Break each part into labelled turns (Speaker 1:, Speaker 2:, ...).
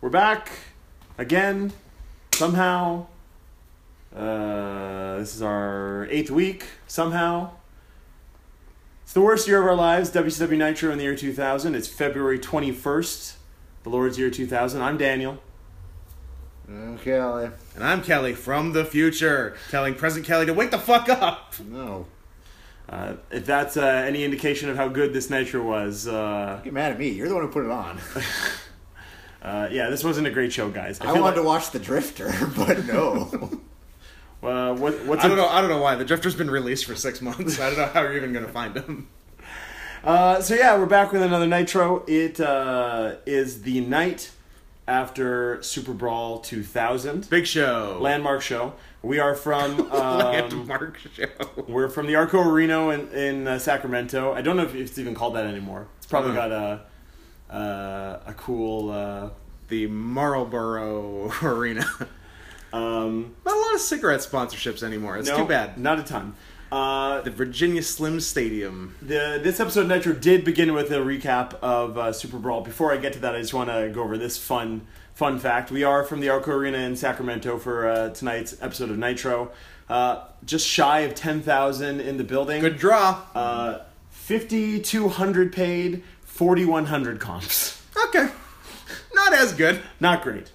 Speaker 1: We're back again somehow. Uh, this is our eighth week somehow. It's the worst year of our lives. WCW Nitro in the year 2000. It's February 21st, the Lord's year 2000. I'm Daniel.
Speaker 2: Okay, Ollie.
Speaker 3: And I'm Kelly from the future, telling present Kelly to wake the fuck up.
Speaker 2: No.
Speaker 1: Uh, if that's uh, any indication of how good this Nitro was, uh,
Speaker 2: Get mad at me. You're the one who put it on.
Speaker 1: uh, yeah, this wasn't a great show, guys.
Speaker 2: I
Speaker 1: feel
Speaker 2: wanted to
Speaker 1: like-
Speaker 2: watch The Drifter, but no.
Speaker 1: Uh, what, what's
Speaker 3: I
Speaker 1: a-
Speaker 3: don't know. I don't know why the Drifter's been released for six months. I don't know how you're even gonna find him.
Speaker 1: Uh, so yeah, we're back with another Nitro. It uh, is the night after Super Brawl 2000,
Speaker 3: Big Show,
Speaker 1: landmark show. We are from um,
Speaker 3: landmark show.
Speaker 1: we're from the Arco Reno in, in uh, Sacramento. I don't know if it's even called that anymore. It's probably
Speaker 3: Uh.
Speaker 1: got a uh, a cool. Uh,
Speaker 3: The Marlboro Arena.
Speaker 1: um,
Speaker 3: Not a lot of cigarette sponsorships anymore. It's
Speaker 1: no,
Speaker 3: too bad.
Speaker 1: Not a ton. Uh,
Speaker 3: The Virginia Slim Stadium.
Speaker 1: The, this episode of Nitro did begin with a recap of uh, Super Brawl. Before I get to that, I just want to go over this fun fun fact. We are from the Arco Arena in Sacramento for uh, tonight's episode of Nitro. Uh, just shy of ten thousand in the building.
Speaker 3: Good draw.
Speaker 1: Uh, Fifty two hundred paid, forty one hundred comps.
Speaker 3: okay, not as good.
Speaker 1: Not great.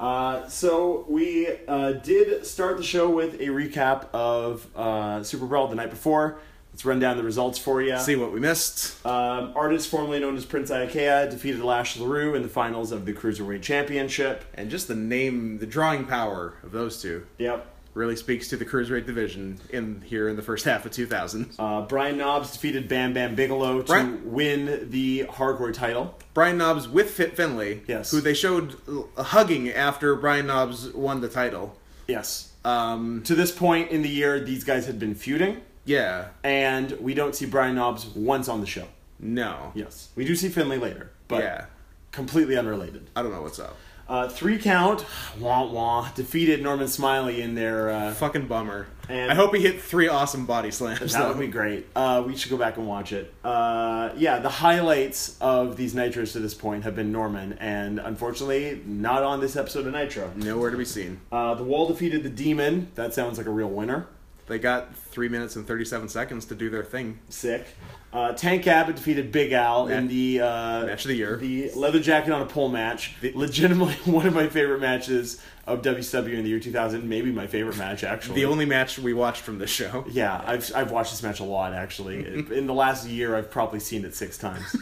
Speaker 1: Uh, so we uh, did start the show with a recap of uh, Super Brawl the night before. Let's run down the results for you.
Speaker 3: See what we missed.
Speaker 1: Um, artist formerly known as Prince Iakea defeated Lash LaRue in the finals of the Cruiserweight Championship.
Speaker 3: And just the name, the drawing power of those two
Speaker 1: Yep.
Speaker 3: really speaks to the cruiserweight division in here in the first half of 2000.
Speaker 1: Uh, Brian Knobs defeated Bam Bam Bigelow to
Speaker 3: Brian-
Speaker 1: win the hardcore title.
Speaker 3: Brian Knobs with Fit Finley,
Speaker 1: Yes.
Speaker 3: who they showed uh, hugging after Brian Knobs won the title.
Speaker 1: Yes.
Speaker 3: Um,
Speaker 1: To this point in the year, these guys had been feuding,
Speaker 3: yeah,
Speaker 1: and we don't see Brian Knobs once on the show.
Speaker 3: no,
Speaker 1: Yes. We do see Finley later, but
Speaker 3: yeah,
Speaker 1: completely unrelated.
Speaker 3: I don't know what's up.
Speaker 1: Uh, three count, wah wah, defeated Norman Smiley in their. Uh,
Speaker 3: Fucking bummer.
Speaker 1: And-
Speaker 3: I hope he hit three awesome body slams.
Speaker 1: That
Speaker 3: though.
Speaker 1: would be great. Uh, we should go back and watch it. Uh, yeah, the highlights of these Nitros to this point have been Norman, and unfortunately, not on this episode of Nitro.
Speaker 3: Nowhere to be seen.
Speaker 1: Uh, the Wall defeated the Demon. That sounds like a real winner.
Speaker 3: They got three minutes and thirty-seven seconds to do their thing.
Speaker 1: Sick. Uh, Tank Abbott defeated Big Al in
Speaker 3: Match-
Speaker 1: the uh,
Speaker 3: match of the year.
Speaker 1: the leather jacket on a pole match. Legitimately, one of my favorite matches of WCW in the year 2000. Maybe my favorite match actually.
Speaker 3: The only match we watched from this show.
Speaker 1: Yeah, I've I've watched this match a lot actually. In the last year, I've probably seen it six times.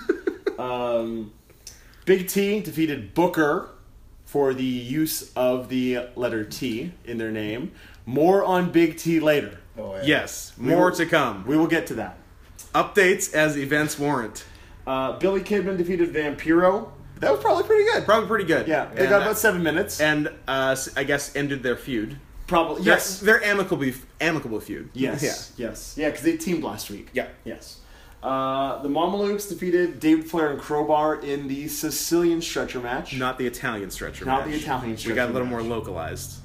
Speaker 1: um, Big T defeated Booker for the use of the letter T in their name. More on Big T later.
Speaker 2: Oh, yeah.
Speaker 3: Yes, more
Speaker 1: will-
Speaker 3: to come.
Speaker 1: We will get to that.
Speaker 3: Updates as events warrant.
Speaker 1: Uh, Billy Kidman defeated Vampiro. That was probably pretty good.
Speaker 3: Probably pretty good.
Speaker 1: Yeah, they
Speaker 3: And,
Speaker 1: got
Speaker 3: uh,
Speaker 1: about seven minutes.
Speaker 3: and uh, s- I guess ended their feud.
Speaker 1: probably yes,
Speaker 3: their, their amicable amicable feud.
Speaker 1: yes, yes, yeah, because they teamed last week.
Speaker 3: yeah.
Speaker 1: Yes. Uh, the Mamelukes defeated David Flair and Crowbar in the Sicilian stretcher match.
Speaker 3: Not the Italian stretcher.
Speaker 1: Not
Speaker 3: match.
Speaker 1: the Italian
Speaker 3: We
Speaker 1: stretcher
Speaker 3: got a little
Speaker 1: match.
Speaker 3: more localized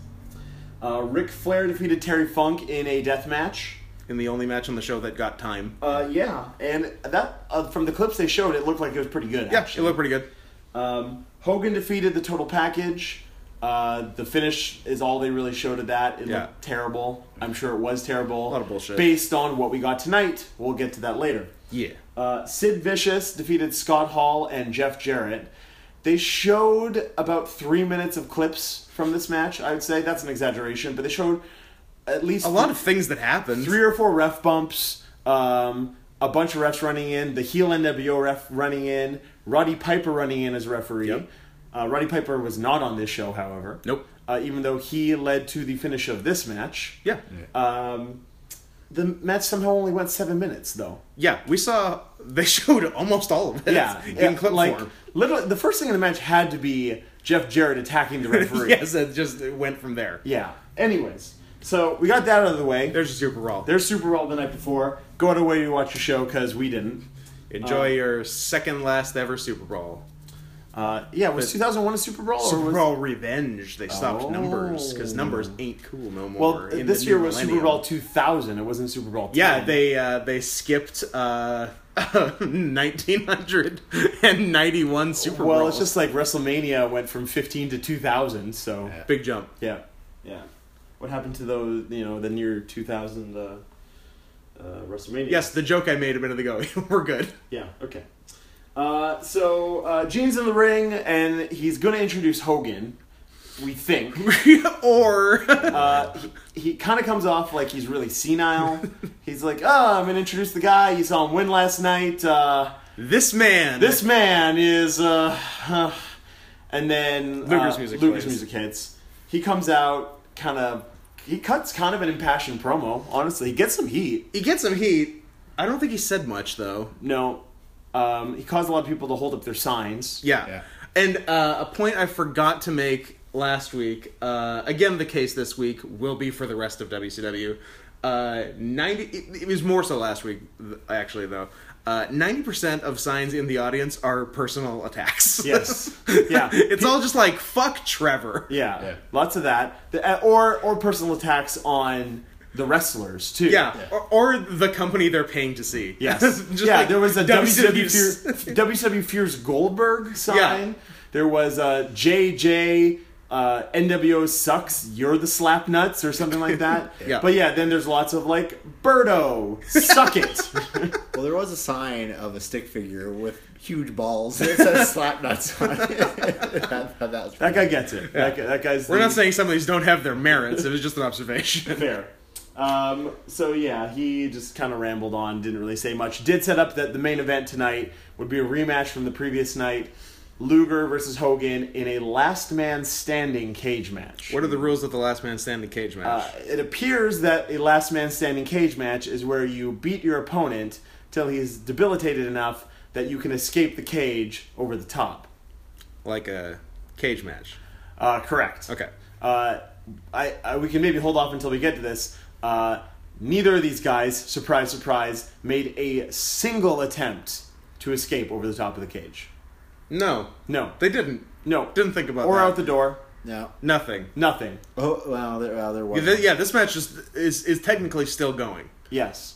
Speaker 1: Uh, Ric Flair defeated Terry Funk in a death match.
Speaker 3: in the only match on the show that got time.
Speaker 1: Uh, yeah, and that uh, from the clips they showed, it looked like it was pretty good.
Speaker 3: yeah,
Speaker 1: actually.
Speaker 3: it looked pretty good.
Speaker 1: Um, Hogan defeated the Total Package. Uh, the finish is all they really showed of that. It
Speaker 3: Yeah.
Speaker 1: looked terrible. I'm sure it was terrible. A
Speaker 3: lot of bullshit.
Speaker 1: Based on what we got tonight, we'll get to that later.
Speaker 3: Yeah.
Speaker 1: Uh, Sid Vicious defeated Scott Hall and Jeff Jarrett. They showed about three minutes of clips from this match. I would say that's an exaggeration, but they showed at least
Speaker 3: A lot of things that happened.
Speaker 1: three or four ref bumps, um, a bunch of refs running in, the heel NWO ref running in, Roddy Piper running in as referee.
Speaker 3: Yep.
Speaker 1: Uh, Roddy Piper was not on this show, however.
Speaker 3: Nope.
Speaker 1: Uh, even though he led to the finish of this match.
Speaker 3: Yeah. Uh,
Speaker 1: Um, the match somehow only went seven minutes, though.
Speaker 3: Yeah. We saw they showed almost all of it.
Speaker 1: Yeah.
Speaker 3: In
Speaker 1: yeah,
Speaker 3: clip
Speaker 1: like,
Speaker 3: form.
Speaker 1: literally, the first thing in the match had to be Jeff Jarrett attacking the referee.
Speaker 3: yes, it just it went from there.
Speaker 1: Yeah. Anyways, so we got that out of the way.
Speaker 3: There's your Super Brawl.
Speaker 1: There's Super Bowl the night before. Go out of your way to watch the show because we didn't.
Speaker 3: Enjoy your second last ever Super Brawl.
Speaker 1: Uh, yeah, was
Speaker 3: But-
Speaker 1: 2001 a Super Bowl? or
Speaker 3: Super
Speaker 1: was-
Speaker 3: Brawl Revenge. They stopped numbers because
Speaker 1: Oh.
Speaker 3: numbers ain't cool no
Speaker 1: Well,
Speaker 3: more. in
Speaker 1: this
Speaker 3: the
Speaker 1: year
Speaker 3: new
Speaker 1: was Super
Speaker 3: millennium.
Speaker 1: Um, Bowl 2000. It wasn't Super Bowl.
Speaker 3: Yeah,
Speaker 1: 10.
Speaker 3: they uh, they skipped uh, 1991 Super
Speaker 1: well,
Speaker 3: Bowl.
Speaker 1: it's just like WrestleMania went from 15 to 2000, so yeah,
Speaker 3: big jump.
Speaker 1: yeah. What happened to those? You know, the near 2000 uh, uh, WrestleMania?
Speaker 3: Yes, the joke I made a minute ago. We're good.
Speaker 1: Yeah. Okay. Uh, so uh, Gene's in the ring, and he's gonna introduce Hogan. We think.
Speaker 3: or
Speaker 1: Uh, he he kind of comes off like he's really senile. he's like, "Oh, I'm gonna introduce the guy. You saw him win last night. Uh,
Speaker 3: this man.
Speaker 1: this man is." Uh, and then uh,
Speaker 3: Luger's music
Speaker 1: Luger's
Speaker 3: plays.
Speaker 1: music hits. He comes out, kind of. He cuts kind of an impassioned promo. Honestly, he gets some heat.
Speaker 3: he gets some heat. I don't think he said much though.
Speaker 1: No, um, he caused a lot of people to hold up their signs.
Speaker 3: Yeah.
Speaker 2: Yeah.
Speaker 3: And uh, a point I forgot to make last week, uh, again, the case this week will be for the rest of WCW. Uh, 90, it, it was more so last week, th- actually, though. Uh, 90% of signs in the audience are personal attacks.
Speaker 1: Yes. Yeah.
Speaker 3: it's all just like, fuck Trevor.
Speaker 1: Yeah,
Speaker 2: Yeah.
Speaker 1: lots of that, The- uh, or or personal attacks on the wrestlers too.
Speaker 3: Yeah, Or, or the company they're paying to see.
Speaker 1: Yes.
Speaker 3: Just
Speaker 1: yeah,
Speaker 3: like
Speaker 1: there was a WCW
Speaker 3: WCW's
Speaker 1: Fear, WCW Fears Goldberg sign.
Speaker 3: Yeah.
Speaker 1: There was a JJ uh, NWO sucks. You're the slap nuts or something like that.
Speaker 3: Yeah.
Speaker 1: But yeah, then there's lots of like Birdo suck it.
Speaker 2: Well, there was a sign of a stick figure with huge balls. It says slap nuts on it. I thought that was
Speaker 1: that guy gets it. That, guy- that guy's.
Speaker 3: We're
Speaker 1: the-
Speaker 3: not saying some of these don't have their merits. It was just an observation.
Speaker 1: Fair. Um, so yeah, he just kind of rambled on, didn't really say much. Did set up that the main event tonight would be a rematch from the previous night, Luger versus Hogan in a last man standing cage match.
Speaker 3: What are the rules of the last man standing cage match?
Speaker 1: Uh, it appears that a last man standing cage match is where you beat your opponent till he is debilitated enough that you can escape the cage over the top.
Speaker 3: like a cage match.
Speaker 1: Uh, correct.
Speaker 3: Okay.
Speaker 1: Uh, I, I we can maybe hold off until we get to this. Uh, neither of these guys, surprise, surprise, made a single attempt to escape over the top of the cage.
Speaker 3: No,
Speaker 1: No,
Speaker 3: they didn't.
Speaker 1: no,
Speaker 3: Didn't think about
Speaker 1: or
Speaker 3: that.
Speaker 1: out the door.
Speaker 2: No.
Speaker 3: Nothing.
Speaker 1: Nothing.
Speaker 2: Oh, well, there, well, there
Speaker 3: Yeah,
Speaker 2: was.
Speaker 3: th- yeah, this match is, is is technically still going.
Speaker 1: Yes,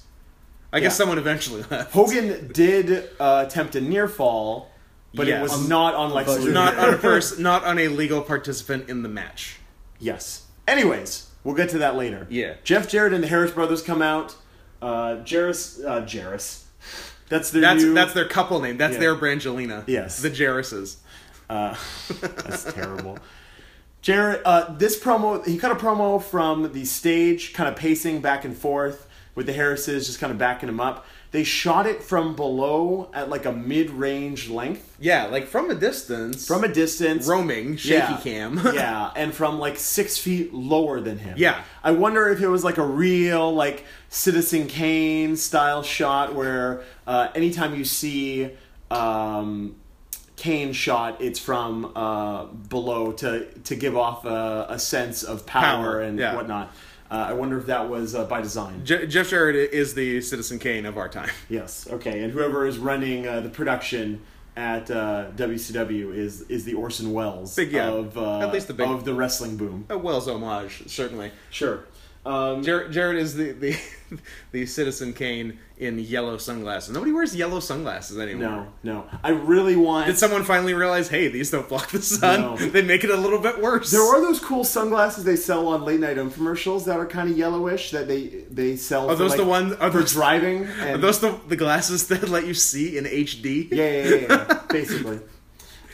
Speaker 3: I guess
Speaker 1: Yeah.
Speaker 3: someone eventually left.
Speaker 1: Hogan did uh, attempt a near fall, but
Speaker 3: Yes.
Speaker 1: it was not on Lex
Speaker 2: but
Speaker 1: Luger.
Speaker 3: Not on a person, not on a legal participant in the match.
Speaker 1: Yes. Anyways, we'll get to that later.
Speaker 3: Yeah.
Speaker 1: Jeff Jarrett and the Harris brothers come out. Uh, Jarrus, uh, Jarrus. That's their
Speaker 3: That's
Speaker 1: new.
Speaker 3: that's their couple name. That's
Speaker 1: Yeah.
Speaker 3: their Brangelina.
Speaker 1: Yes.
Speaker 3: the Jarrises.
Speaker 1: Uh, that's terrible. Jared, uh, this promo, he cut a promo from the stage, kind of pacing back and forth with the Harrises, just kind of backing him up. They shot it from below at like a mid range length
Speaker 3: Yeah, like from a distance,
Speaker 1: from a distance.
Speaker 3: roaming shaky
Speaker 1: Yeah.
Speaker 3: cam.
Speaker 1: yeah, and from like six feet lower than him.
Speaker 3: Yeah.
Speaker 1: I wonder if it was like a real like Citizen Kane style shot where uh, anytime you see um, Kane shot, it's from uh, below to to give off a, a sense of power,
Speaker 3: Power,
Speaker 1: and
Speaker 3: yeah.
Speaker 1: whatnot. Uh, I wonder if that was uh, by design.
Speaker 3: Je- Jeff Jarrett is the Citizen Kane of our time.
Speaker 1: Yes. Okay. And whoever is running uh, the production at uh, WCW is is the Orson Welles
Speaker 3: Big, yeah.
Speaker 1: of uh,
Speaker 3: At least the big-
Speaker 1: of the wrestling boom.
Speaker 3: A Wells homage, certainly.
Speaker 1: Sure. Um,
Speaker 3: Jared, Jared is the, the the Citizen Kane in yellow sunglasses. Nobody wears yellow sunglasses anymore.
Speaker 1: no, no. I really want.
Speaker 3: Did someone finally realize, hey, these don't block the sun?
Speaker 1: No.
Speaker 3: They make it a little bit worse.
Speaker 1: there are those cool sunglasses they sell on late night infomercials that are kind of yellowish that they they sell.
Speaker 3: Are those
Speaker 1: for,
Speaker 3: the
Speaker 1: like,
Speaker 3: ones? Are
Speaker 1: for
Speaker 3: those,
Speaker 1: driving?
Speaker 3: are
Speaker 1: And,
Speaker 3: those the, the glasses that let you see in HD?
Speaker 1: Yeah, yeah, yeah. yeah, basically.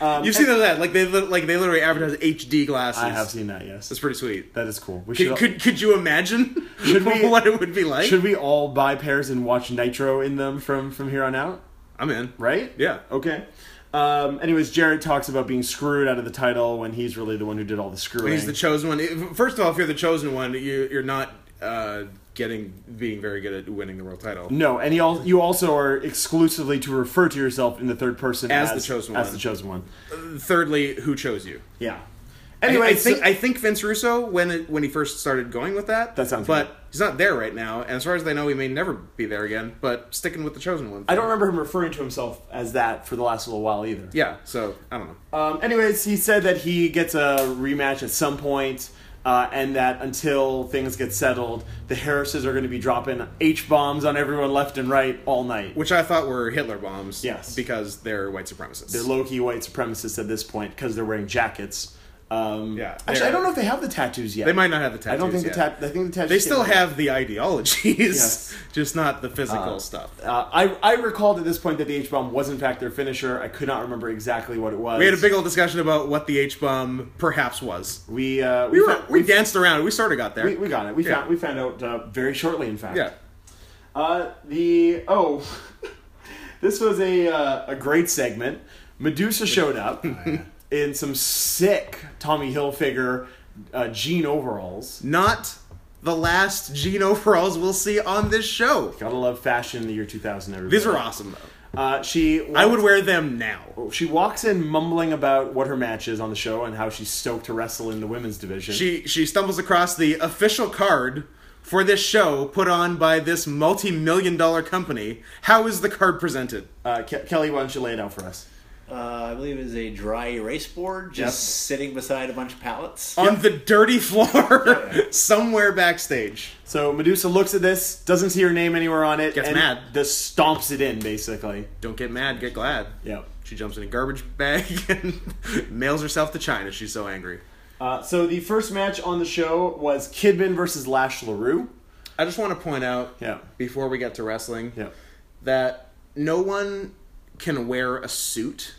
Speaker 1: Um,
Speaker 3: You've seen that, like they li- like they literally advertise HD glasses.
Speaker 1: I have seen that. Yes,
Speaker 3: That's pretty sweet.
Speaker 1: that is cool. We
Speaker 3: Could, could, could you imagine
Speaker 1: Should we-
Speaker 3: what it would be like?
Speaker 1: should we all buy pairs and watch Nitro in them from from here on out?
Speaker 3: I'm in.
Speaker 1: Right?
Speaker 3: Yeah.
Speaker 1: Okay. Um, anyways, Jared talks about being screwed out of the title when he's really the one who did all the screwing.
Speaker 3: He's the chosen one. If- First of all, if you're the chosen one, you, you're not uh, getting being very good at winning the world title.
Speaker 1: no, and he al- you also are exclusively to refer to yourself in the third person
Speaker 3: As the chosen
Speaker 1: as
Speaker 3: one.
Speaker 1: the chosen one.
Speaker 3: Thirdly, who chose you?
Speaker 1: Yeah.
Speaker 3: Anyway,
Speaker 1: Anyway,
Speaker 3: I, think
Speaker 1: so-
Speaker 3: I think Vince Russo when it, when he first started going with that.
Speaker 1: That sounds
Speaker 3: But
Speaker 1: right.
Speaker 3: he's not there right now, and as far as they know, he may never be there again. But sticking with the chosen one.
Speaker 1: I don't remember him referring to himself as that for the last little while either.
Speaker 3: Yeah, so I don't know.
Speaker 1: Um, anyways, he said that he gets a rematch at some point. uh, and that until things get settled, the Harrises are going to be dropping H bombs on everyone left and right all night.
Speaker 3: Which I thought were Hitler bombs.
Speaker 1: Yes.
Speaker 3: Because they're white supremacists.
Speaker 1: They're low key white supremacists at this point because they're wearing jackets. Um,
Speaker 3: Yeah,
Speaker 1: Actually,
Speaker 3: they're-
Speaker 1: I don't know if they have the tattoos yet.
Speaker 3: They might not have the tattoos.
Speaker 1: I don't think
Speaker 3: yet.
Speaker 1: the tat. I think the tattoos.
Speaker 3: They still
Speaker 1: came out.
Speaker 3: have the ideologies,
Speaker 1: Yes.
Speaker 3: just not the physical stuff.
Speaker 1: Uh, I I recalled at this point that the H bomb was in fact their finisher. I could not remember exactly what it was.
Speaker 3: We had a big old discussion about what the H bomb perhaps was.
Speaker 1: We uh,
Speaker 3: We were
Speaker 1: found-
Speaker 3: we danced around. We sort of got there.
Speaker 1: we, we got it. We
Speaker 3: Yeah.
Speaker 1: found we found out uh, very shortly, in fact.
Speaker 3: yeah.
Speaker 1: Uh, the oh, this was a uh, a great segment. Medusa showed up
Speaker 3: Oh,
Speaker 1: in some sick Tommy Hilfiger uh, jean overalls.
Speaker 3: Not the last Gene overalls we'll see on this show.
Speaker 1: Gotta love fashion in the year 2000. Everybody.
Speaker 3: These are awesome though.
Speaker 1: Uh, she
Speaker 3: I would wear them now.
Speaker 1: She walks in mumbling about what her match is on the show and how she's stoked to wrestle in the women's division.
Speaker 3: She she stumbles across the official card for this show put on by this multi-million dollar company. How is the card presented?
Speaker 1: uh, Ke- Kelly, why don't you lay it out for us?
Speaker 2: Uh, I believe it was a dry erase board just sitting beside a bunch of pallets.
Speaker 1: Uh,
Speaker 3: On the dirty floor somewhere backstage.
Speaker 1: So Medusa looks at this, doesn't see her name anywhere on it,
Speaker 3: Gets
Speaker 1: and
Speaker 3: mad.
Speaker 1: Just stomps it in, basically.
Speaker 3: Don't get mad, get glad.
Speaker 1: Yep.
Speaker 3: She jumps in a garbage bag and mails herself to China. She's so angry.
Speaker 1: Uh, so the first match on the show was Kidman versus Lash LaRue.
Speaker 3: I just want to point out
Speaker 1: Yeah.
Speaker 3: before we get to wrestling
Speaker 1: Yeah.
Speaker 3: that no one can wear a suit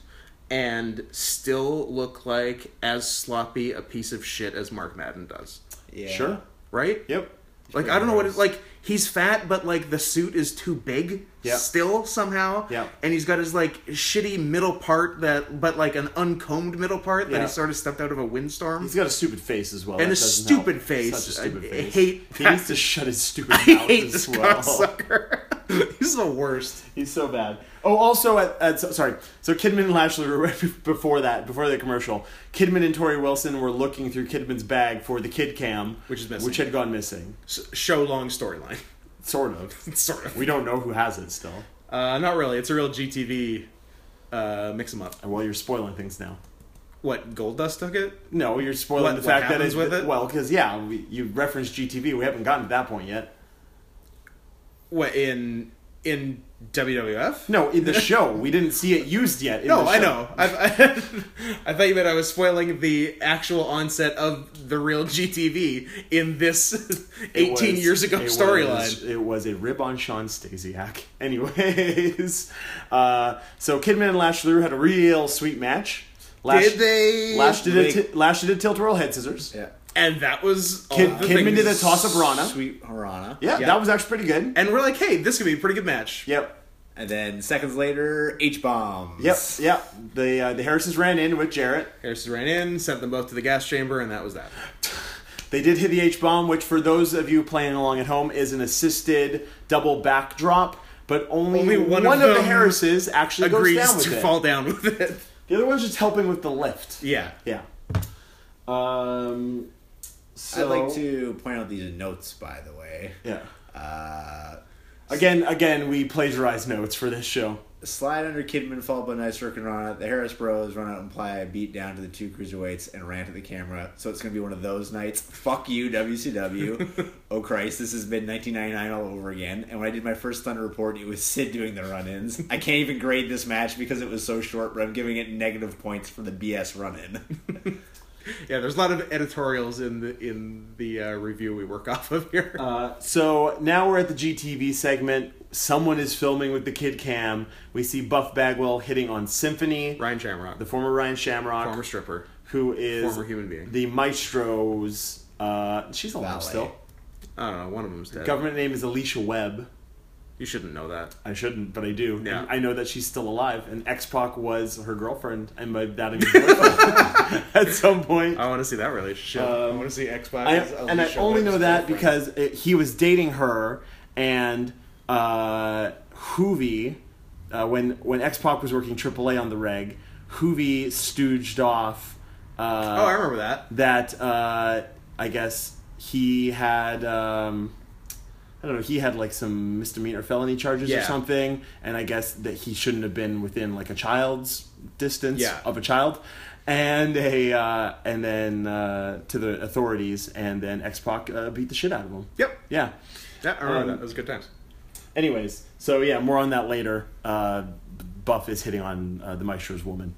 Speaker 3: and still look like as sloppy a piece of shit as Mark Madden does.
Speaker 2: Yeah.
Speaker 1: Sure.
Speaker 3: Right?
Speaker 1: Yep.
Speaker 3: Like I don't know what it like he's fat but like the suit is too big
Speaker 1: Yeah.
Speaker 3: still somehow.
Speaker 1: Yeah.
Speaker 3: And he's got his like shitty middle part that but like an uncombed middle part that
Speaker 1: Yeah.
Speaker 3: he sort of stepped out of a windstorm.
Speaker 1: He's got a stupid face as well.
Speaker 3: And
Speaker 1: That
Speaker 3: a
Speaker 1: doesn't
Speaker 3: stupid
Speaker 1: help.
Speaker 3: face.
Speaker 1: Such a stupid
Speaker 3: I- I
Speaker 1: face.
Speaker 3: hate
Speaker 1: He
Speaker 3: that.
Speaker 1: needs to shut his stupid mouth
Speaker 3: I hate
Speaker 1: as
Speaker 3: this
Speaker 1: well.
Speaker 3: cocksucker. He's the worst.
Speaker 1: He's so bad. Oh, also at, at so- sorry. So Kidman and Lashley were right before that, before the commercial. Kidman and Tori Wilson were looking through Kidman's bag for the kid cam,
Speaker 3: Which is missing.
Speaker 1: which had gone missing.
Speaker 3: S- Show long storyline,
Speaker 1: Sort of.
Speaker 3: sort of.
Speaker 1: We don't know who has it still.
Speaker 3: Uh, not really. It's a real GTV uh, mix 'em up.
Speaker 1: And Well, you're spoiling things now.
Speaker 3: What Gold Dust took it?
Speaker 1: No, you're spoiling
Speaker 3: What-
Speaker 1: the
Speaker 3: what
Speaker 1: fact that
Speaker 3: happens
Speaker 1: it's
Speaker 3: with it?
Speaker 1: well, because yeah, we, you referenced GTV. We haven't gotten to that point yet.
Speaker 3: What in in WWF?
Speaker 1: No, in the show, we didn't see it used yet. in
Speaker 3: No,
Speaker 1: the
Speaker 3: I
Speaker 1: show.
Speaker 3: know. I, I, I thought you meant I was spoiling the actual onset of the real GTV in this
Speaker 1: It
Speaker 3: 18
Speaker 1: was-
Speaker 3: years ago
Speaker 1: it was-
Speaker 3: storyline.
Speaker 1: It was a rib on Sean Stasiak. Anyways, uh, so Kidman and Lash LaRue had a real sweet match. Lash,
Speaker 3: Did they?
Speaker 1: Lash did,
Speaker 2: make-
Speaker 1: a ti- Lash did a tilt roll head scissors.
Speaker 2: Yeah.
Speaker 3: And that was all
Speaker 1: Kid,
Speaker 3: the
Speaker 1: Kidman did a
Speaker 3: things-
Speaker 1: toss of Rana.
Speaker 2: Sweet Harana.
Speaker 1: Yeah,
Speaker 3: Yeah.
Speaker 1: that was actually pretty good.
Speaker 3: And we're like, hey, this could be a pretty good match.
Speaker 1: Yep.
Speaker 2: And then seconds later, H bombs.
Speaker 1: Yep, yep. The uh, the Harrises ran in with Jarrett.
Speaker 3: Harrison ran in, sent them both to the gas chamber, and that was that.
Speaker 1: They did hit the H bomb, which for those of you playing along at home is an assisted double backdrop, but only,
Speaker 3: Only one
Speaker 1: one,
Speaker 3: of
Speaker 1: of, the
Speaker 3: them
Speaker 1: Harrises actually goes
Speaker 3: Agrees
Speaker 1: down with
Speaker 3: to
Speaker 1: it.
Speaker 3: fall down with it.
Speaker 1: The other one's just helping with the lift.
Speaker 3: Yeah.
Speaker 1: Yeah. Um. So,
Speaker 2: I'd like to point out these notes, by the way.
Speaker 1: Yeah.
Speaker 2: Uh,
Speaker 1: Again, again, we plagiarize notes for this show.
Speaker 2: slide under Kidman, followed by Nice Circle Rana. The Harris Bros run out and apply a beat down to the two cruiserweights and rant at the camera. So it's going to be one of those nights. Fuck you, WCW. oh, Christ, this has been 1999 all over again. And when I did my first Thunder report, it was Sid doing the run ins. I can't even grade this match because it was so short, but I'm giving it negative points for the BS run in.
Speaker 3: Yeah, there's a lot of editorials in the in the uh, review we work off of here.
Speaker 1: Uh, so now we're at the GTV segment. Someone is filming with the kid cam. We see Buff Bagwell hitting on Symphony,
Speaker 3: Ryan Shamrock,
Speaker 1: the
Speaker 3: the
Speaker 1: former Ryan Shamrock,
Speaker 3: former stripper.
Speaker 1: who is
Speaker 3: former human being.
Speaker 1: the maestro's. Uh, she's alive
Speaker 2: Valet.
Speaker 1: still.
Speaker 3: I don't know, one of them's dead.
Speaker 1: Government name is Alicia Webb.
Speaker 3: you shouldn't know that.
Speaker 1: I shouldn't, but I do.
Speaker 3: Yeah.
Speaker 1: And I know that she's still alive, and X Pac was her girlfriend, and by that I mean boyfriend at some point.
Speaker 3: I want to see that relationship. I want to see X
Speaker 1: Um, I, and I only know that because it, he was dating her, and uh, Hoovy, uh, when when X Pac was working AAA on the reg, Hoovy stooged off. Uh,
Speaker 3: Oh, I remember that.
Speaker 1: that uh, I guess he had um, I don't know he had like some misdemeanor felony charges or
Speaker 3: Yeah.
Speaker 1: something, and I guess that he shouldn't have been within like a child's distance
Speaker 3: Yeah.
Speaker 1: of a child, and a uh, and then uh, to the authorities, and then X Pac uh, beat the shit out of him.
Speaker 3: Yep.
Speaker 1: Yeah.
Speaker 3: Yeah, I remember
Speaker 1: Um,
Speaker 3: that. That was good times.
Speaker 1: Anyways, so yeah, more on that later. Uh, Buff is hitting on uh, the Maestro's woman.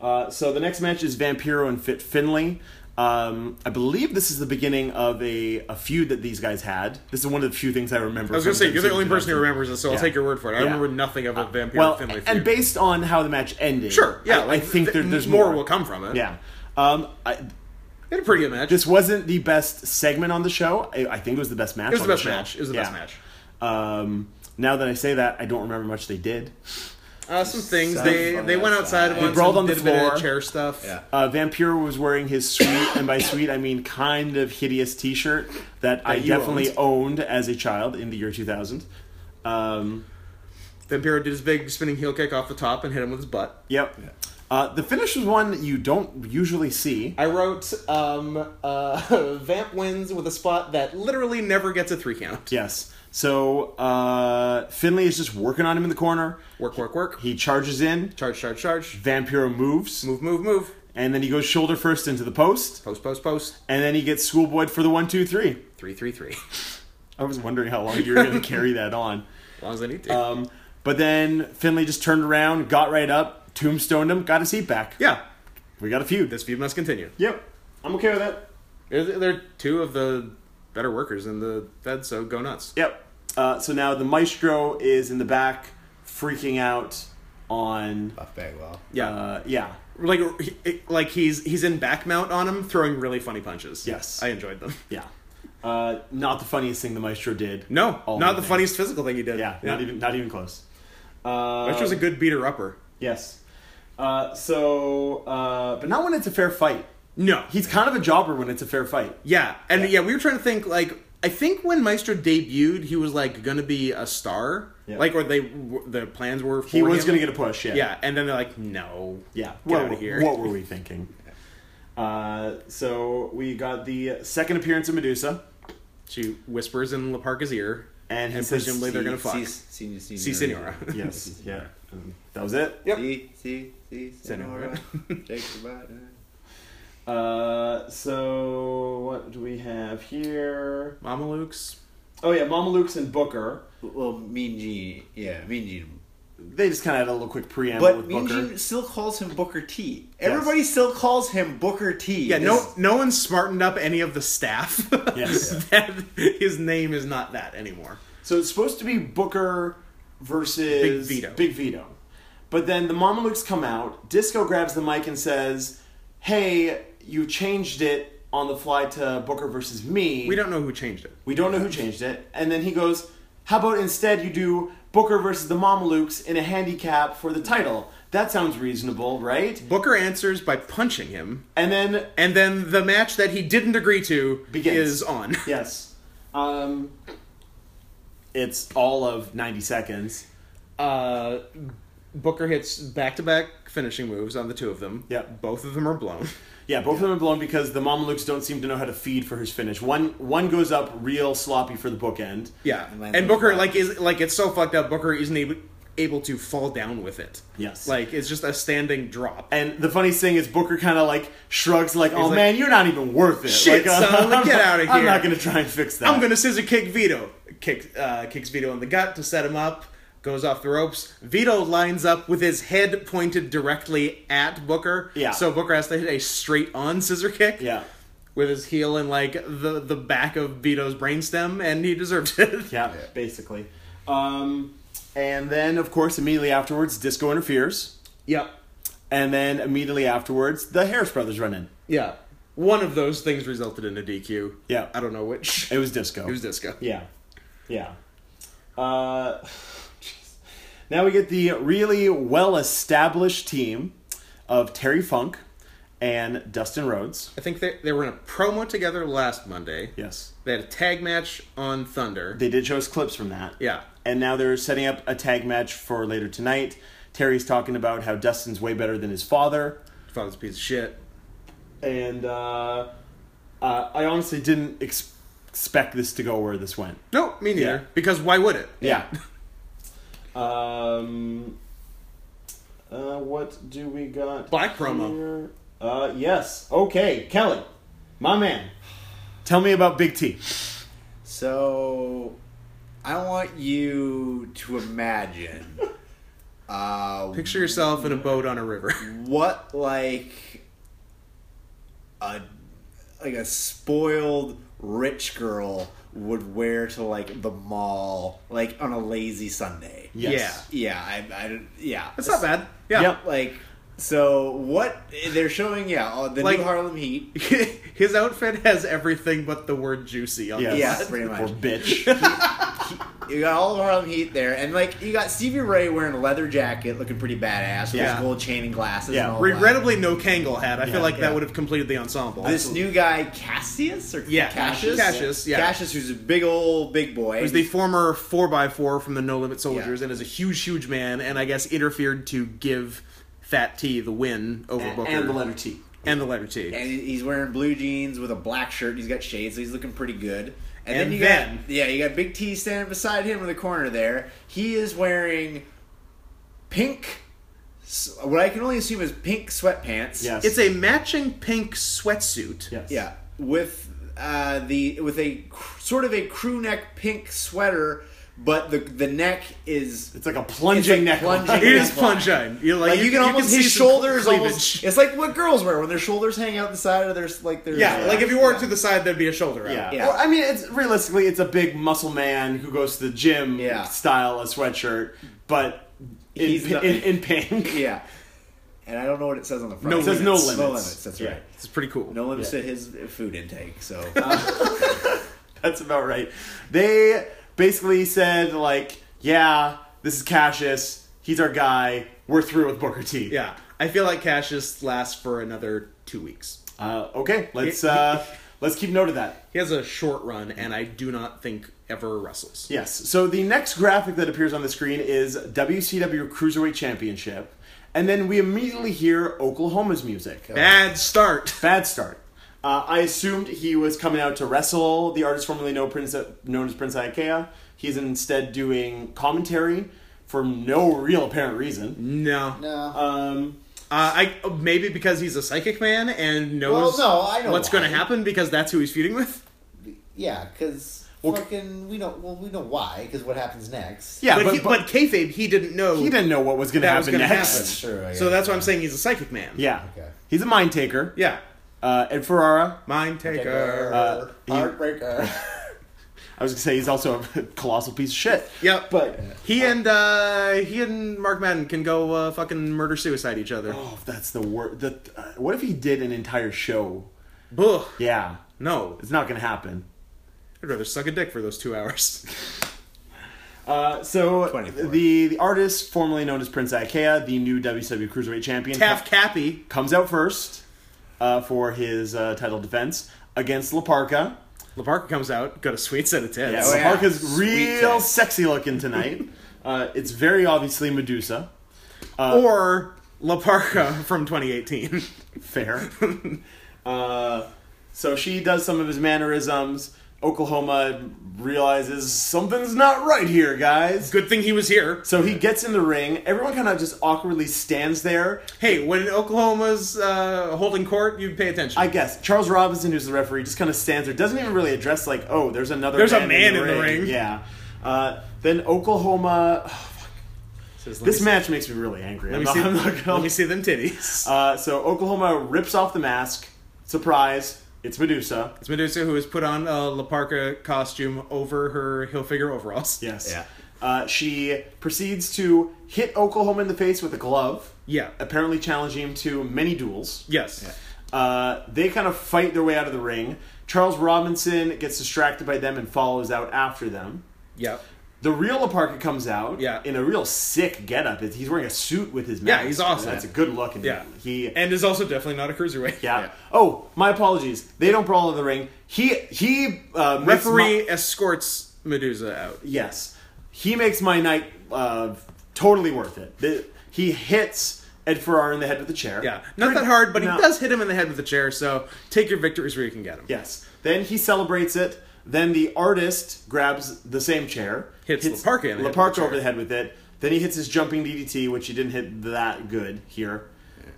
Speaker 1: Uh, so the next match is Vampiro and Fit Finley. Um, I believe this is the beginning of a, a feud that these guys had. This is one of the few things I remember.
Speaker 3: I was gonna
Speaker 1: from
Speaker 3: say you're the
Speaker 1: WCW
Speaker 3: only person who
Speaker 1: 2000.
Speaker 3: remembers this, so I'll
Speaker 1: Yeah.
Speaker 3: take your word for it. I
Speaker 1: Yeah. Uh,
Speaker 3: remember nothing of a vampire
Speaker 1: well,
Speaker 3: Finlay feud.
Speaker 1: and based on how the match ended,
Speaker 3: sure, yeah,
Speaker 1: I,
Speaker 3: like,
Speaker 1: I think
Speaker 3: th-
Speaker 1: there, there's
Speaker 3: more
Speaker 1: more.
Speaker 3: will come from it.
Speaker 1: Yeah, um, I,
Speaker 3: They had a pretty good match.
Speaker 1: this wasn't the best segment on the show. I, I think it was the best match.
Speaker 3: it was the
Speaker 1: on
Speaker 3: best
Speaker 1: show.
Speaker 3: match. It was the best
Speaker 1: Yeah.
Speaker 3: match.
Speaker 1: Um, now that I say that, I don't remember much they did.
Speaker 3: Uh, some things
Speaker 2: Sounds
Speaker 3: they
Speaker 2: fun
Speaker 3: they went
Speaker 2: outside.
Speaker 3: outside
Speaker 2: They
Speaker 3: once.
Speaker 1: brawled
Speaker 3: and
Speaker 1: on the
Speaker 3: did a bit of
Speaker 1: floor.
Speaker 3: chair stuff.
Speaker 2: Yeah.
Speaker 1: Uh, Vampiro was wearing his sweet, and by sweet I mean kind of hideous T-shirt that, I
Speaker 3: you
Speaker 1: definitely owned as a child in the year 2000. Um,
Speaker 3: Vampiro did his big spinning heel kick off the top and hit him with his butt.
Speaker 1: yep. Uh, the finish was one that you don't usually see.
Speaker 3: I wrote um, uh, Vamp wins with a spot that literally never gets a three count.
Speaker 1: Yes. So uh, Finley is just working on him in the corner.
Speaker 3: Work, work, work.
Speaker 1: He charges in.
Speaker 3: Charge, charge, charge.
Speaker 1: Vampiro moves,
Speaker 3: Move, move, move.
Speaker 1: and then he goes shoulder first into the post,
Speaker 3: Post, post, post.
Speaker 1: and then he gets schoolboyed for the one, two, three.
Speaker 3: Three, three, three.
Speaker 1: I was wondering how long you were going to carry that on.
Speaker 3: As long as I need to.
Speaker 1: Um, but then Finley just turned around, got right up, tombstoned him, got his seat back.
Speaker 3: yeah,
Speaker 1: We got a feud.
Speaker 3: this feud must continue.
Speaker 1: Yep. I'm okay with that.
Speaker 3: They're, they're two of the better workers in the Fed, so go nuts.
Speaker 1: Yep. Uh, so now the maestro is in the back, freaking out on.
Speaker 2: Buff Bagwell.
Speaker 3: Yeah,
Speaker 1: Uh, yeah.
Speaker 3: like he, like he's he's in back mount on him, throwing really funny punches.
Speaker 1: Yes.
Speaker 3: I enjoyed them.
Speaker 1: Yeah. Uh, not the funniest thing the maestro did.
Speaker 3: No,
Speaker 1: All
Speaker 3: not the
Speaker 1: the things.
Speaker 3: funniest physical thing he did.
Speaker 1: Yeah. Not even. Not even close.
Speaker 3: which
Speaker 1: Uh,
Speaker 3: was a good beater upper.
Speaker 1: yes. Uh, so, uh, but not when it's a fair fight.
Speaker 3: No,
Speaker 1: He's kind of a jobber when it's a fair fight.
Speaker 3: Yeah, and yeah. we were trying to think like I think when Maestro debuted, he was like gonna be a star,
Speaker 1: Yeah.
Speaker 3: like or they the plans were for
Speaker 1: He was
Speaker 3: him.
Speaker 1: going to get a push. Yeah.
Speaker 3: yeah, and then they're like no,
Speaker 1: Yeah.
Speaker 3: get
Speaker 1: What,
Speaker 3: out of
Speaker 1: were-
Speaker 3: here.
Speaker 1: what were we thinking? Uh, so we got the second appearance of Medusa,
Speaker 3: She whispers in Laparca's ear,
Speaker 1: and he
Speaker 3: and
Speaker 1: says,
Speaker 3: presumably they're gonna fuck.
Speaker 2: See, senior, senior.
Speaker 3: See, Senora.
Speaker 1: yes, yeah, Um, that was it.
Speaker 3: Yep.
Speaker 2: See, see, see, Senora. Shake your body.
Speaker 1: Uh, so what do we have here?
Speaker 3: Mamalukes. Oh,
Speaker 1: Oh yeah, Mama Luke's and Booker.
Speaker 2: Well, Mean Gene. Yeah, Mean Gene.
Speaker 1: They just kind of had a little quick preamble
Speaker 2: But
Speaker 1: with
Speaker 2: Mean
Speaker 1: Booker.
Speaker 2: Gene still calls him Booker T. Everybody still calls him Booker T.
Speaker 3: Yeah, no,
Speaker 2: This-
Speaker 3: no one smartened up any of the staff.
Speaker 1: Yes.
Speaker 3: that, his name is not that anymore.
Speaker 1: So it's supposed to be Booker versus
Speaker 3: Big Vito.
Speaker 1: Big Vito. But then the Mamelukes come out. Disco grabs the mic and says, "Hey, you changed it on the fly to Booker versus me.
Speaker 3: We don't know who changed it.
Speaker 1: We don't know who changed it." And then he goes, "How about instead you do Booker versus the Mamelukes in a handicap for the title? That sounds reasonable, right?"
Speaker 3: Booker answers by punching him,
Speaker 1: And then
Speaker 3: and then the match that he didn't agree to
Speaker 1: Begins.
Speaker 3: is on.
Speaker 1: yes, um, it's all of ninety seconds.
Speaker 3: Uh, Booker hits back to back finishing moves on the two of them.
Speaker 1: Yeah.
Speaker 3: Both of them are blown.
Speaker 1: Yeah, both of them are blown because the Mamelukes don't seem to know how to feed for his finish. One one goes up real sloppy for the bookend.
Speaker 3: Yeah.
Speaker 2: And lands
Speaker 3: And
Speaker 2: on
Speaker 3: Booker
Speaker 2: the
Speaker 3: like is like it's so fucked up Booker isn't able, able to fall down with it.
Speaker 1: Yes.
Speaker 3: Like it's just a standing drop.
Speaker 1: And the funniest thing is Booker kind of like shrugs, like, "Oh
Speaker 3: like,
Speaker 1: man, you're not even worth it.
Speaker 3: "Shit,
Speaker 1: like,
Speaker 3: son, like, get outta
Speaker 1: I'm
Speaker 3: here."
Speaker 1: not gonna try and fix that.
Speaker 3: I'm gonna scissor kick Vito. Kick uh, kicks Vito in the gut to set him up. Goes off the ropes. Vito lines up with his head pointed directly at Booker.
Speaker 1: Yeah.
Speaker 3: So Booker has to hit a straight on scissor kick.
Speaker 1: Yeah,
Speaker 3: With his heel in like the the back of Vito's brainstem, and he deserved it.
Speaker 1: yeah, basically. Um, and then of course immediately afterwards, Disco interferes,
Speaker 3: yep.
Speaker 1: and then immediately afterwards, the Harris brothers run in.
Speaker 3: Yeah. One of those things resulted in a DQ.
Speaker 1: Yeah.
Speaker 3: I don't know which.
Speaker 1: It was Disco.
Speaker 3: It was disco.
Speaker 1: Yeah. Yeah. Uh, jeez. now we get the really well established team of Terry Funk and Dustin Rhodes.
Speaker 3: I think they, they were in a promo together last Monday.
Speaker 1: Yes.
Speaker 3: They had a tag match on Thunder.
Speaker 1: They did show us clips from that.
Speaker 3: yeah.
Speaker 1: And now they're setting up a tag match for later tonight. Terry's talking about how Dustin's way better than his father.
Speaker 3: Father's a piece of shit.
Speaker 1: And uh, uh, I honestly didn't ex- expect this to go where this went.
Speaker 3: No, me neither.
Speaker 1: Yeah.
Speaker 3: Because why would it?
Speaker 1: Yeah. um. Uh, what do we got?
Speaker 3: Black promo.
Speaker 1: here? Uh, yes. Okay, Kelly, my man, tell me about Big T.
Speaker 2: So, I want you to imagine uh,
Speaker 3: Picture yourself in a boat on a river.
Speaker 2: what like a like a spoiled rich girl would wear to like the mall like on a lazy Sunday.
Speaker 1: Yes.
Speaker 2: Yeah, I, I don't- yeah.
Speaker 3: That's not bad. Yeah.
Speaker 1: Yep.
Speaker 2: Like so, what they're showing? Yeah, all- the
Speaker 3: Like-
Speaker 2: new Harlem Heat.
Speaker 3: His outfit has everything but the word juicy on it.
Speaker 2: Yeah, pretty much.
Speaker 1: Or bitch.
Speaker 2: You got all of Harlem Heat there, and like you got Stevie Ray wearing a leather jacket, looking pretty badass, with
Speaker 3: Yeah.
Speaker 2: his gold chain and glasses.
Speaker 1: Yeah.
Speaker 2: and all that.
Speaker 3: Regrettably, no Kangle hat. I
Speaker 1: Yeah.
Speaker 3: feel like
Speaker 2: Yeah.
Speaker 3: that would have completed the ensemble.
Speaker 2: This new guy Cassius or
Speaker 3: Yeah,
Speaker 2: Cassius,
Speaker 3: Cassius, yeah.
Speaker 2: Cassius, who's a big old big boy.
Speaker 3: Who's the former 4x4 from the No Limit Soldiers
Speaker 2: Yeah.
Speaker 3: and is a huge, huge man, and I guess interfered to give Fat T the win over
Speaker 1: and,
Speaker 3: Booker.
Speaker 1: and the letter T.
Speaker 3: And the letter T.
Speaker 2: and he- he's wearing blue jeans with a black shirt. He's got shades, so he's looking pretty good. And, then
Speaker 3: And
Speaker 2: you
Speaker 3: then-
Speaker 2: got yeah, you got Big T standing beside him in the corner there. He is wearing pink, s- what I can only assume is pink sweatpants.
Speaker 1: Yes.
Speaker 3: it's a matching pink sweatsuit.
Speaker 1: Yes.
Speaker 2: yeah, with uh, the with a cr- sort of a crew neck pink sweater, but the the neck is
Speaker 1: It's like a plunging neck.
Speaker 2: It's like
Speaker 3: It
Speaker 2: plunging.
Speaker 3: is plungine. You're like,
Speaker 2: like you, can almost his
Speaker 3: see some
Speaker 2: shoulders
Speaker 3: cleavage.
Speaker 2: almost. It's like what girls wear when their shoulders hang out the side of their like their
Speaker 3: Yeah, like if you wore it
Speaker 2: Yeah.
Speaker 3: to the side, there'd be a shoulder out.
Speaker 1: Yeah.
Speaker 2: Yeah.
Speaker 1: Well, I mean, it's realistically, it's a big muscle man who goes to the gym
Speaker 2: Yeah.
Speaker 1: style a sweatshirt, but in,
Speaker 2: He's
Speaker 1: pi-
Speaker 2: not-
Speaker 1: in, in pink.
Speaker 2: Yeah. And I don't know what it says on the front.
Speaker 3: No
Speaker 2: it says
Speaker 1: limits.
Speaker 2: no limits.
Speaker 1: No limits,
Speaker 2: That's
Speaker 1: yeah.
Speaker 2: right.
Speaker 3: It's pretty cool.
Speaker 2: No limits
Speaker 1: Yeah.
Speaker 2: to his food intake. So
Speaker 1: That's about right. They basically said like, "Yeah, this is Cassius. He's our guy. We're through with Booker T."
Speaker 3: Yeah. I feel like Cassius lasts for another two weeks.
Speaker 1: Uh, okay, let's uh, let's keep note of that.
Speaker 3: He has a short run, and I do not think ever wrestles.
Speaker 1: Yes. So the next graphic that appears on the screen is WCW Cruiserweight Championship, and then we immediately hear Oklahoma's music.
Speaker 3: Bad start.
Speaker 1: Bad start. Uh, I assumed he was coming out to wrestle the artist formerly known, Prince, known as Prince Ikea. He's instead doing commentary for no real apparent reason.
Speaker 3: No.
Speaker 2: no.
Speaker 1: Um,
Speaker 3: Uh, I maybe because he's a psychic man and
Speaker 2: Well,
Speaker 3: knows
Speaker 2: no, I know
Speaker 3: what's
Speaker 2: why.
Speaker 3: going to happen because that's who he's feuding with.
Speaker 2: yeah, because fucking we know well we know why because what happens next.
Speaker 1: yeah,
Speaker 3: but,
Speaker 1: but,
Speaker 3: he, but kayfabe, he didn't know.
Speaker 1: he didn't know what was going to
Speaker 3: That was
Speaker 1: happen
Speaker 3: gonna
Speaker 1: next.
Speaker 3: happen.
Speaker 2: That's true. I
Speaker 3: So
Speaker 2: guess.
Speaker 3: that's why I'm saying he's a psychic man.
Speaker 1: Yeah,
Speaker 2: Okay.
Speaker 1: he's a mind taker.
Speaker 3: Yeah.
Speaker 1: Uh, Ed Ferrara.
Speaker 3: Mind taker.
Speaker 1: Uh, he-
Speaker 2: Heartbreaker.
Speaker 1: I was going to say he's also a colossal piece of shit.
Speaker 3: Yep.
Speaker 1: but
Speaker 3: he and uh, he and Mark Madden can go uh, fucking murder suicide each other.
Speaker 1: oh, that's the word. The uh, what if he did an entire show?
Speaker 3: Buh.
Speaker 1: Yeah,
Speaker 3: No,
Speaker 1: it's not going to happen.
Speaker 3: I'd rather suck a dick for those two hours.
Speaker 1: Uh, so
Speaker 2: 24.
Speaker 1: the the artist formerly known as Prince Ikea, the new WCW Cruiserweight Champion,
Speaker 3: Taff Cappy.
Speaker 1: comes out first uh, for his uh, title defense against Laparca.
Speaker 3: Laparca comes out, got a sweet set of
Speaker 1: Yeah,
Speaker 3: tits.
Speaker 2: oh, yeah.
Speaker 1: Laparca's
Speaker 2: Sweet
Speaker 1: real
Speaker 2: tits.
Speaker 1: sexy looking tonight. uh, it's very obviously Medusa. oh,
Speaker 3: Or Laparca from 2018.
Speaker 1: Fair. uh, so she does some of his mannerisms. Oklahoma realizes something's not right here, guys.
Speaker 3: Good thing he was here.
Speaker 1: So he gets in the ring. Everyone kind of just awkwardly stands there.
Speaker 3: Hey, when Oklahoma's uh, holding court, you pay attention.
Speaker 1: I guess Charles Robinson, who's the referee, just kind of stands there, doesn't even really address like, oh, there's another.
Speaker 3: There's a man in the ring.
Speaker 1: Yeah. Uh, then Oklahoma. oh, fuck,
Speaker 3: Says, let
Speaker 1: this
Speaker 3: me
Speaker 1: match makes me really angry.
Speaker 3: Let
Speaker 1: I'm
Speaker 3: me,
Speaker 1: not,
Speaker 3: see,
Speaker 1: I'm not gonna-
Speaker 3: let me see them titties.
Speaker 1: Uh, so Oklahoma rips off the mask. Surprise! It's Medusa.
Speaker 3: it's Medusa who has put on a Laparca costume over her heel figure overalls.
Speaker 1: Yes.
Speaker 2: Yeah.
Speaker 1: Uh, she proceeds to hit Oklahoma in the face with a glove.
Speaker 3: Yeah.
Speaker 1: Apparently challenging him to many duels.
Speaker 3: Yes.
Speaker 1: Uh, they kind of fight their way out of the ring. Charles Robinson gets distracted by them and follows out after them.
Speaker 3: Yeah.
Speaker 1: The real Laparca comes out
Speaker 3: Yeah.
Speaker 1: in a real sick getup. He's wearing a suit with his
Speaker 3: Yeah,
Speaker 1: mask.
Speaker 3: he's awesome.
Speaker 1: That's a good look. And
Speaker 3: Yeah.
Speaker 1: He
Speaker 3: And is also definitely not a cruiserweight.
Speaker 1: yeah.
Speaker 2: Yeah.
Speaker 1: Oh, my apologies. They don't brawl in the ring. He he uh, makes
Speaker 3: Referee
Speaker 1: my-
Speaker 3: escorts Medusa out.
Speaker 1: yes, he makes my night uh, totally worth it. The- he hits Ed Ferrar in the head with a chair.
Speaker 3: Yeah. Not that hard, but
Speaker 1: No.
Speaker 3: he does hit him in the head with a chair, so take your victories where you can get them.
Speaker 1: Yes. Then he celebrates it. Then the artist grabs the same chair,
Speaker 3: Hits Laparca in the head with
Speaker 1: Laparca
Speaker 3: the chair.
Speaker 1: over the head with it. Then he hits his jumping DDT, which he didn't hit that good here.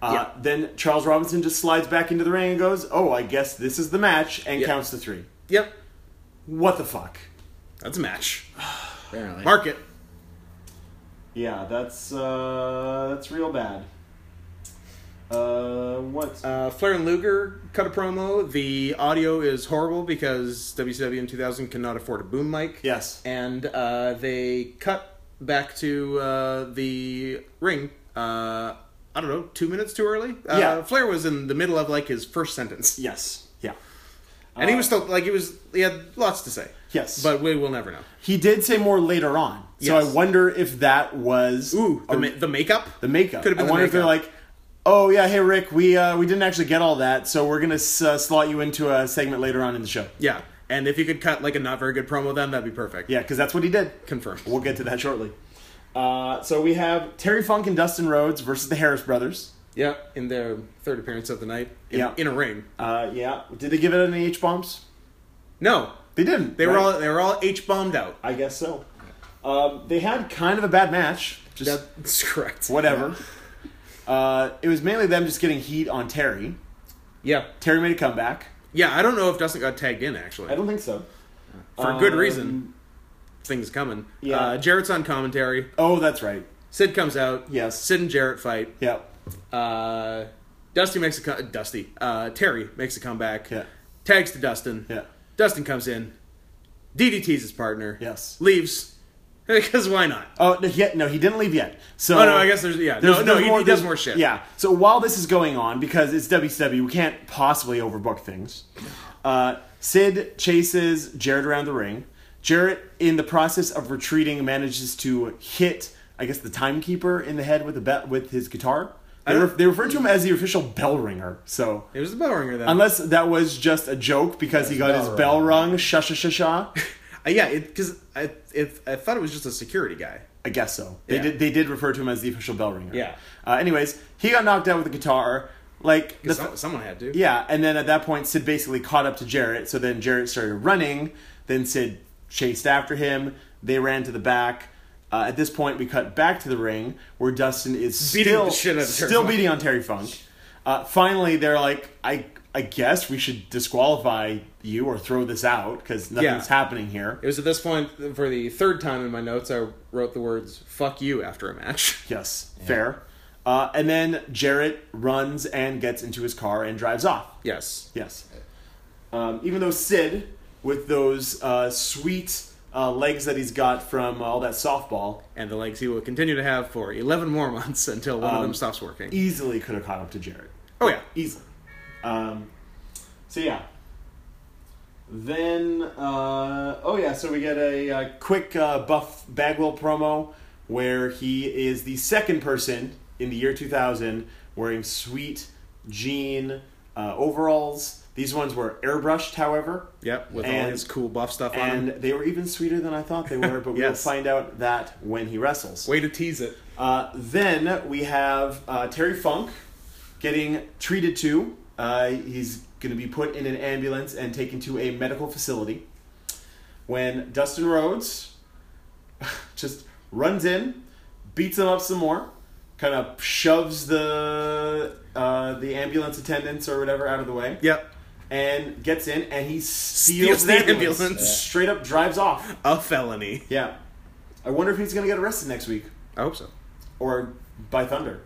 Speaker 1: Uh, Then Charles Robinson just slides back into the ring and goes, "Oh, I guess this is the match," and
Speaker 3: Yeah.
Speaker 1: counts to three.
Speaker 3: Yep,
Speaker 1: What the fuck?
Speaker 3: that's a match.
Speaker 2: Apparently.
Speaker 3: Mark it.
Speaker 1: Yeah, that's uh, that's real bad. Uh, what?
Speaker 3: Uh, Flair and Luger cut a promo. The audio is horrible because WCW in 2000 cannot afford a boom mic.
Speaker 1: yes.
Speaker 3: And uh, they cut back to uh, the ring. Uh, I don't know, two minutes too early. Uh,
Speaker 1: Yeah.
Speaker 3: Flair was in the middle of like his first sentence,
Speaker 1: Yes. Yeah.
Speaker 3: and he
Speaker 1: Uh,
Speaker 3: was still like he was. He had lots to say.
Speaker 1: Yes.
Speaker 3: But we will never know.
Speaker 1: He did say more later on, so
Speaker 3: Yes.
Speaker 1: I wonder if that was
Speaker 3: Ooh, the,
Speaker 1: a-
Speaker 3: ma- the makeup.
Speaker 1: the makeup.
Speaker 3: Could've been
Speaker 1: I
Speaker 3: the
Speaker 1: wonder if they're
Speaker 3: makeup.
Speaker 1: like, "Oh yeah, hey Rick, we uh, we didn't actually get all that, so we're gonna s- uh, slot you into a segment later on in the show."
Speaker 3: yeah. And if you could cut like a not very good promo, then that'd be perfect.
Speaker 1: Yeah, because that's what he did.
Speaker 3: Confirmed.
Speaker 1: We'll get to that shortly. Uh, so we have Terry Funk and Dustin Rhodes versus the Harris Brothers.
Speaker 3: Yeah. In their third appearance of the night. In,
Speaker 1: Yeah.
Speaker 3: In a ring.
Speaker 1: Uh, yeah, did they give it any H bombs?
Speaker 3: No,
Speaker 1: They didn't.
Speaker 3: They were
Speaker 1: right?
Speaker 3: all they were all H bombed out.
Speaker 1: I guess so. Um, they had kind of a bad match. Just
Speaker 3: That's correct.
Speaker 1: whatever. Uh, it was mainly them just getting heat on Terry.
Speaker 3: Yeah,
Speaker 1: Terry made a comeback.
Speaker 3: yeah. I don't know if Dustin got tagged in
Speaker 1: I
Speaker 3: actually
Speaker 1: don't think so.
Speaker 3: for good
Speaker 1: Um,
Speaker 3: reason. Things coming.
Speaker 1: yeah.
Speaker 3: Uh, Jarrett's on commentary.
Speaker 1: Oh, that's right.
Speaker 3: Sid comes out.
Speaker 1: Yes.
Speaker 3: Sid and Jarrett fight.
Speaker 1: Yeah.
Speaker 3: Uh, Dusty makes a co- Dusty. Uh, Terry makes a comeback.
Speaker 1: Yeah.
Speaker 3: Tags to Dustin.
Speaker 1: Yeah.
Speaker 3: Dustin comes in. DDT's his partner.
Speaker 1: Yes.
Speaker 3: Leaves because why not?
Speaker 1: Oh, no, he, no, he didn't leave yet. So
Speaker 3: Oh no, I guess there's yeah.
Speaker 1: There's-
Speaker 3: no, no,
Speaker 1: there's
Speaker 3: he, he does
Speaker 1: there's-
Speaker 3: more shit.
Speaker 1: Yeah. So while this is going on, because it's WCW, we can't possibly overbook things. Uh, Sid chases Jarrett around the ring. Jarrett, in the process of retreating, manages to hit, I guess, the timekeeper in the head with a bet with his guitar. They,
Speaker 3: don't-
Speaker 1: ref- they refer to him as the official bell ringer. So
Speaker 3: It was the bell ringer then.
Speaker 1: unless that was just a joke because he got
Speaker 2: bell
Speaker 1: his
Speaker 2: rung.
Speaker 1: bell rung, sha sha sha sha.
Speaker 3: Uh, yeah, because I it, I thought it was just a security guy.
Speaker 1: I guess so. They
Speaker 3: Yeah.
Speaker 1: did. They did refer to him as the official bell ringer.
Speaker 3: Yeah.
Speaker 1: Uh, anyways, he got knocked out with a guitar. Like the,
Speaker 3: Some, someone had to.
Speaker 1: yeah, and then at that point, Sid basically caught up to Jarrett. So then Jarrett started running. Then Sid chased after him. They ran to the back. Uh, at this point, we cut back to the ring where Dustin is
Speaker 3: Beating
Speaker 1: still
Speaker 3: the shit out of Terry
Speaker 1: still
Speaker 3: Funk.
Speaker 1: beating on Terry Funk. Uh, finally, they're like, I I guess we should disqualify you or throw this out because nothing's
Speaker 3: Yeah.
Speaker 1: happening here.
Speaker 3: It was at this point, for the third time in my notes, I wrote the words "fuck you" after a match.
Speaker 1: Yes, fair. Uh, and then Jarrett runs and gets into his car and drives off.
Speaker 3: Yes,
Speaker 1: Yes. Um, even though Sid, with those uh, sweet uh, legs that he's got from uh, all that softball,
Speaker 3: and the legs he will continue to have for eleven more months until one of
Speaker 1: Um,
Speaker 3: them stops working.
Speaker 1: easily could have caught up to Jared.
Speaker 3: oh yeah,
Speaker 1: Easily. Um, so, yeah. Then, uh, oh yeah, so we get a, uh quick uh, Buff Bagwell promo where he is the second person in the year 2000 wearing sweet jean uh, overalls. These ones were airbrushed, however.
Speaker 3: yep, with all
Speaker 1: And-
Speaker 3: his cool buff stuff on
Speaker 1: and
Speaker 3: him.
Speaker 1: they were even sweeter than I thought they were. But we'll
Speaker 3: Yes.
Speaker 1: find out that when he wrestles.
Speaker 3: Way to tease it.
Speaker 1: Uh, then we have uh, Terry Funk getting treated to. Uh, he's going to be put in an ambulance and taken to a medical facility. When Dustin Rhodes just runs in, beats him up some more, kind of shoves the uh, the ambulance attendants or whatever out of the way
Speaker 3: Yep,
Speaker 1: and gets in and he steals,
Speaker 3: Steals
Speaker 1: the
Speaker 3: the
Speaker 1: ambulance.
Speaker 3: ambulance. Yeah.
Speaker 1: Straight up drives off.
Speaker 3: a felony.
Speaker 1: Yeah. I wonder if he's going to get arrested next week
Speaker 3: I hope so.
Speaker 1: or by Thunder.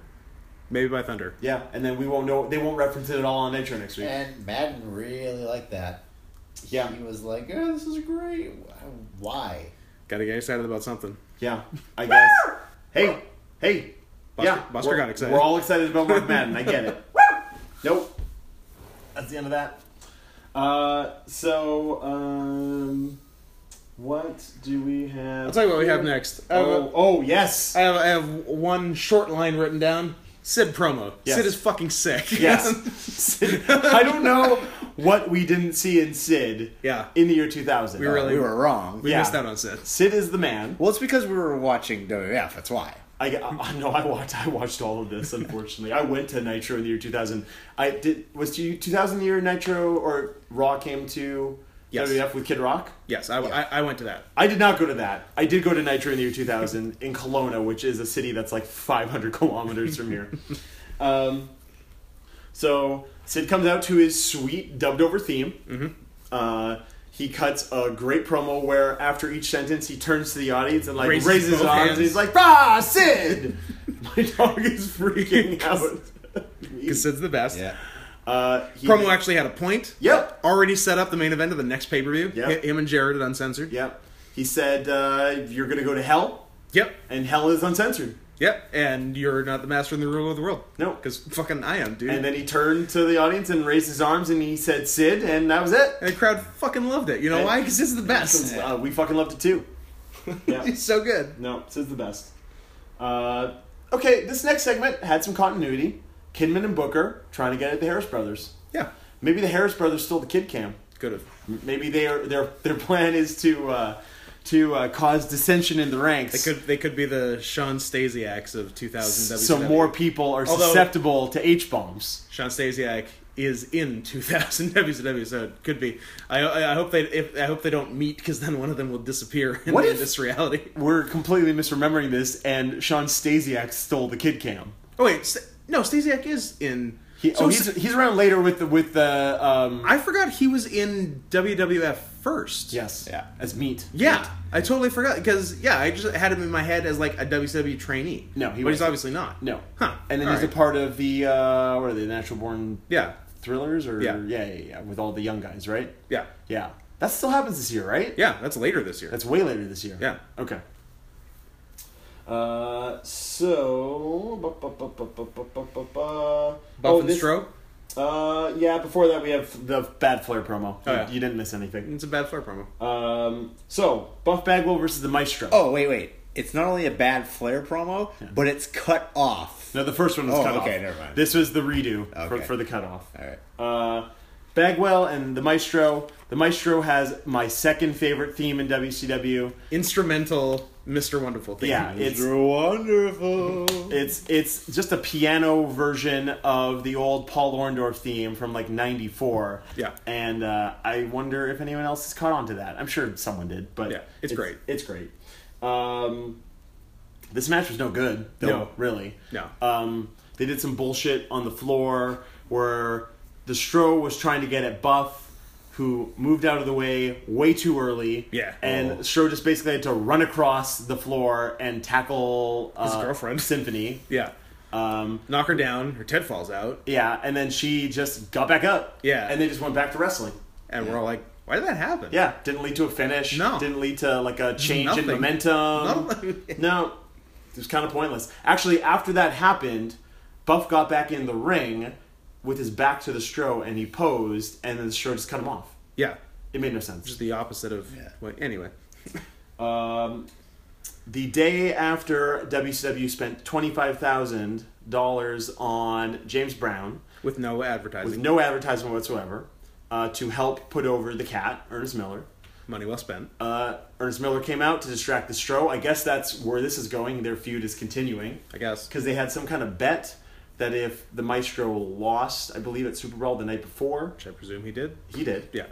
Speaker 3: Maybe by Thunder.
Speaker 1: Yeah, and then we won't know. They won't reference it at all on Nitro next week.
Speaker 2: And Madden really liked that.
Speaker 1: Yeah.
Speaker 2: He was like, oh, this is great. Why?
Speaker 3: Got to get excited about something.
Speaker 1: Yeah, I guess. hey, hey.
Speaker 3: Buster-
Speaker 1: yeah,
Speaker 3: Buster
Speaker 1: we're-
Speaker 3: got excited.
Speaker 1: We're all excited about Mark Madden. I get it. nope. That's the end of that. Uh, so, um, what do we have?
Speaker 3: I'll tell you what we have next. I have,
Speaker 1: Oh, oh yes.
Speaker 3: I have, I have one short line written down. Sid promo.
Speaker 1: Yes.
Speaker 3: Sid is fucking sick.
Speaker 1: Yes. I don't know what we didn't see in Sid
Speaker 3: Yeah.
Speaker 1: in the year 2000.
Speaker 3: We really-
Speaker 2: Uh, We were wrong.
Speaker 3: we
Speaker 1: Yeah.
Speaker 3: missed out on Sid.
Speaker 1: Sid is the man.
Speaker 2: Well, it's because we were watching WWF. That's why.
Speaker 1: I, I no, I watched. I watched all of this. Unfortunately, I went to Nitro in the year 2000. I did. Was two- 2000 the year Nitro or Raw came to
Speaker 3: Yes.
Speaker 1: WWF with Kid Rock?
Speaker 3: Yes, I, I, I went to that.
Speaker 1: I did not go to that. I did go to Nitro in the year 2000 in Kelowna, which is a city that's like 500 kilometers from here. Um, so Sid comes out to his sweet dubbed over theme.
Speaker 3: Mm-hmm.
Speaker 1: Uh, he cuts a great promo where after each sentence he turns to the audience and like
Speaker 3: Raises
Speaker 1: raises, his
Speaker 3: both
Speaker 1: arms
Speaker 3: hands.
Speaker 1: and he's like, "Rah, Sid!" My dog is freaking out.
Speaker 3: Because Sid's the best.
Speaker 2: Yeah.
Speaker 1: uh, he-
Speaker 3: Promo actually had a point.
Speaker 1: Yep.
Speaker 3: Already set up the main event of the next pay per view.
Speaker 1: Yep.
Speaker 3: Him and Jared at Uncensored.
Speaker 1: Yep. He said, uh, "You're gonna go to hell,
Speaker 3: Yep.
Speaker 1: and hell is uncensored."
Speaker 3: Yep. And you're not the master and the ruler of the world.
Speaker 1: No.
Speaker 3: Because fucking I am, dude.
Speaker 1: And then he turned to the audience and raised his arms and he said, "Sid," and that was it.
Speaker 3: And the crowd fucking loved it. You know
Speaker 1: And-
Speaker 3: why? Because it's the best.
Speaker 1: Uh, we fucking loved it too. Yeah.
Speaker 3: It's so good.
Speaker 1: No, this is the best. Uh, okay, this next segment had some continuity. Kidman and Booker trying to get at the Harris brothers.
Speaker 3: Yeah.
Speaker 1: Maybe the Harris brothers stole the kid cam.
Speaker 3: Could have.
Speaker 1: M- Maybe their their their plan is to uh, to uh, cause dissension in the ranks.
Speaker 3: They could. They could be the Sean Stasiaks of 2000.
Speaker 1: so
Speaker 3: WCW.
Speaker 1: more people are
Speaker 3: Although-
Speaker 1: susceptible to H bombs.
Speaker 3: Sean Stasiak is in 2000 WCW, E, so it could be. I, I I hope they if, I hope they don't meet because then one of them will disappear and
Speaker 1: What
Speaker 3: end
Speaker 1: if-
Speaker 3: this reality.
Speaker 1: We're completely misremembering this, and Sean Stasiak stole the kid cam.
Speaker 3: Oh wait, St- no, Stasiak is in.
Speaker 1: He,
Speaker 3: so
Speaker 1: oh, he's,
Speaker 3: S-
Speaker 1: he's around later with the with the um,
Speaker 3: I forgot he was in WWF first.
Speaker 1: yes
Speaker 2: Yeah.
Speaker 1: as meat
Speaker 3: Yeah, I totally forgot because yeah, I just had him in my head as like a WCW trainee.
Speaker 1: No, he
Speaker 3: but he's
Speaker 1: wasn't.
Speaker 3: obviously not.
Speaker 1: no
Speaker 3: Huh.
Speaker 1: and then
Speaker 3: All
Speaker 1: he's
Speaker 3: right.
Speaker 1: a part of the uh, what are they natural born
Speaker 3: Yeah,
Speaker 1: thrillers or
Speaker 3: Yeah.
Speaker 1: yeah, yeah, yeah, with all the young guys, right?
Speaker 3: yeah,
Speaker 1: Yeah, that still happens this year, right?
Speaker 3: yeah. That's later this year.
Speaker 1: that's way later this year.
Speaker 3: Yeah.
Speaker 1: Okay. Uh, so bu- bu- bu- bu- bu- bu- bu- bu- bu-
Speaker 3: Buff
Speaker 1: oh,
Speaker 3: and
Speaker 1: this-
Speaker 3: Stroh.
Speaker 1: Uh, yeah. Before that, we have the bad Flair promo.
Speaker 3: Oh,
Speaker 1: you,
Speaker 3: yeah. Mm.
Speaker 1: you didn't miss anything.
Speaker 3: It's a bad Flair promo.
Speaker 1: Um, so Buff Bagwell versus the Maestro.
Speaker 2: Oh wait, wait. It's not only a bad Flair promo, but it's cut off.
Speaker 1: No, the first one was
Speaker 2: Oh,
Speaker 1: cut off.
Speaker 2: okay, never mind.
Speaker 1: This was the redo for,
Speaker 2: Okay.
Speaker 1: for the cutoff.
Speaker 2: All right.
Speaker 1: uh, Bagwell and the Maestro. The Maestro has my second favorite theme in WCW.
Speaker 3: Instrumental Mr. Wonderful thing.
Speaker 1: Yeah, it's
Speaker 2: You're wonderful.
Speaker 1: it's it's just a piano version of the old Paul Orndorff theme from like '94.
Speaker 3: Yeah.
Speaker 1: and uh, I wonder if anyone else has caught on to that. I'm sure someone did, but
Speaker 3: Yeah, it's great.
Speaker 1: It's great. Um, this match was no good, though,
Speaker 3: No.
Speaker 1: really.
Speaker 3: No.
Speaker 1: Um, they did some bullshit on the floor where the Stro was trying to get at Buff, who moved out of the way way too early.
Speaker 3: Yeah.
Speaker 1: And
Speaker 2: Oh.
Speaker 1: Stro just basically had to run across the floor and tackle uh,
Speaker 3: girlfriend.
Speaker 1: Symphony.
Speaker 3: yeah.
Speaker 1: Um,
Speaker 3: Knock her down. Her head falls out.
Speaker 1: yeah, and then she just got back up.
Speaker 3: Yeah.
Speaker 1: And they just went back to wrestling.
Speaker 3: And we're all like, why did that happen?
Speaker 1: Yeah, didn't lead to a finish.
Speaker 3: No.
Speaker 1: Didn't lead to like a change
Speaker 3: Nothing.
Speaker 1: in momentum.
Speaker 3: Nothing.
Speaker 1: no. It was kind of pointless. Actually, after that happened, Buff got back in the ring with his back to the Stro and he posed, and then the Stro just cut him off.
Speaker 3: Yeah.
Speaker 1: It made no sense.
Speaker 3: Just the opposite of.
Speaker 2: Yeah.
Speaker 3: Well, anyway.
Speaker 1: Um, the day after WCW spent $25,000 on James Brown
Speaker 3: With no advertising.
Speaker 1: with no advertisement whatsoever uh, to help put over the cat, Ernest Miller.
Speaker 3: Money well spent.
Speaker 1: Uh, Ernest Miller came out to distract the Stro. I guess that's where this is going. Their feud is continuing
Speaker 3: I guess.
Speaker 1: because they had some kind of bet that if the Maestro lost, I believe at Super Bowl the night before,
Speaker 3: Which I presume he did.
Speaker 1: he did.
Speaker 3: Yeah.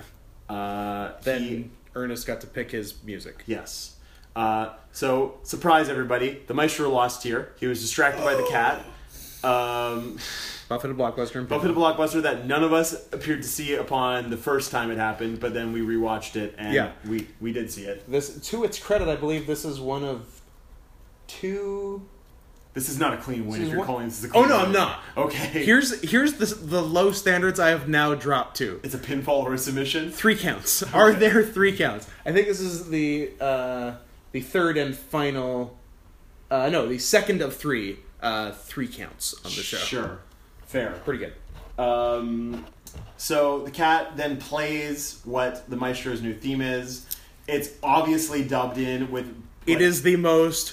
Speaker 1: Uh,
Speaker 3: Then
Speaker 1: he-
Speaker 3: Ernest got to pick his music.
Speaker 1: yes. Uh, so surprise everybody, the Maestro lost here. He was distracted by the cat. Um,
Speaker 3: Buffett a blockbuster. and
Speaker 1: Buffett the Blockbuster that none of us appeared to see upon the first time it happened, but then we rewatched it and
Speaker 3: Yeah.
Speaker 1: we, we did see it.
Speaker 3: This, to its credit, I believe this is one of two.
Speaker 1: This is not a clean win.
Speaker 3: This is
Speaker 1: If you're
Speaker 3: one-
Speaker 1: calling this a
Speaker 3: Oh,
Speaker 1: clean
Speaker 3: no,
Speaker 1: win.
Speaker 3: I'm not.
Speaker 1: Okay.
Speaker 3: Here's here's the the low standards I have now dropped to.
Speaker 1: It's a pinfall or a submission.
Speaker 3: Three counts. Are there three counts? I think this is the uh, the third and final. Uh, no, the second of three. Uh, three counts on the show.
Speaker 1: Sure. Fair.
Speaker 3: Pretty good.
Speaker 1: Um, so the cat then plays what the maestro's new theme is. It's obviously dubbed in with.
Speaker 3: It is the most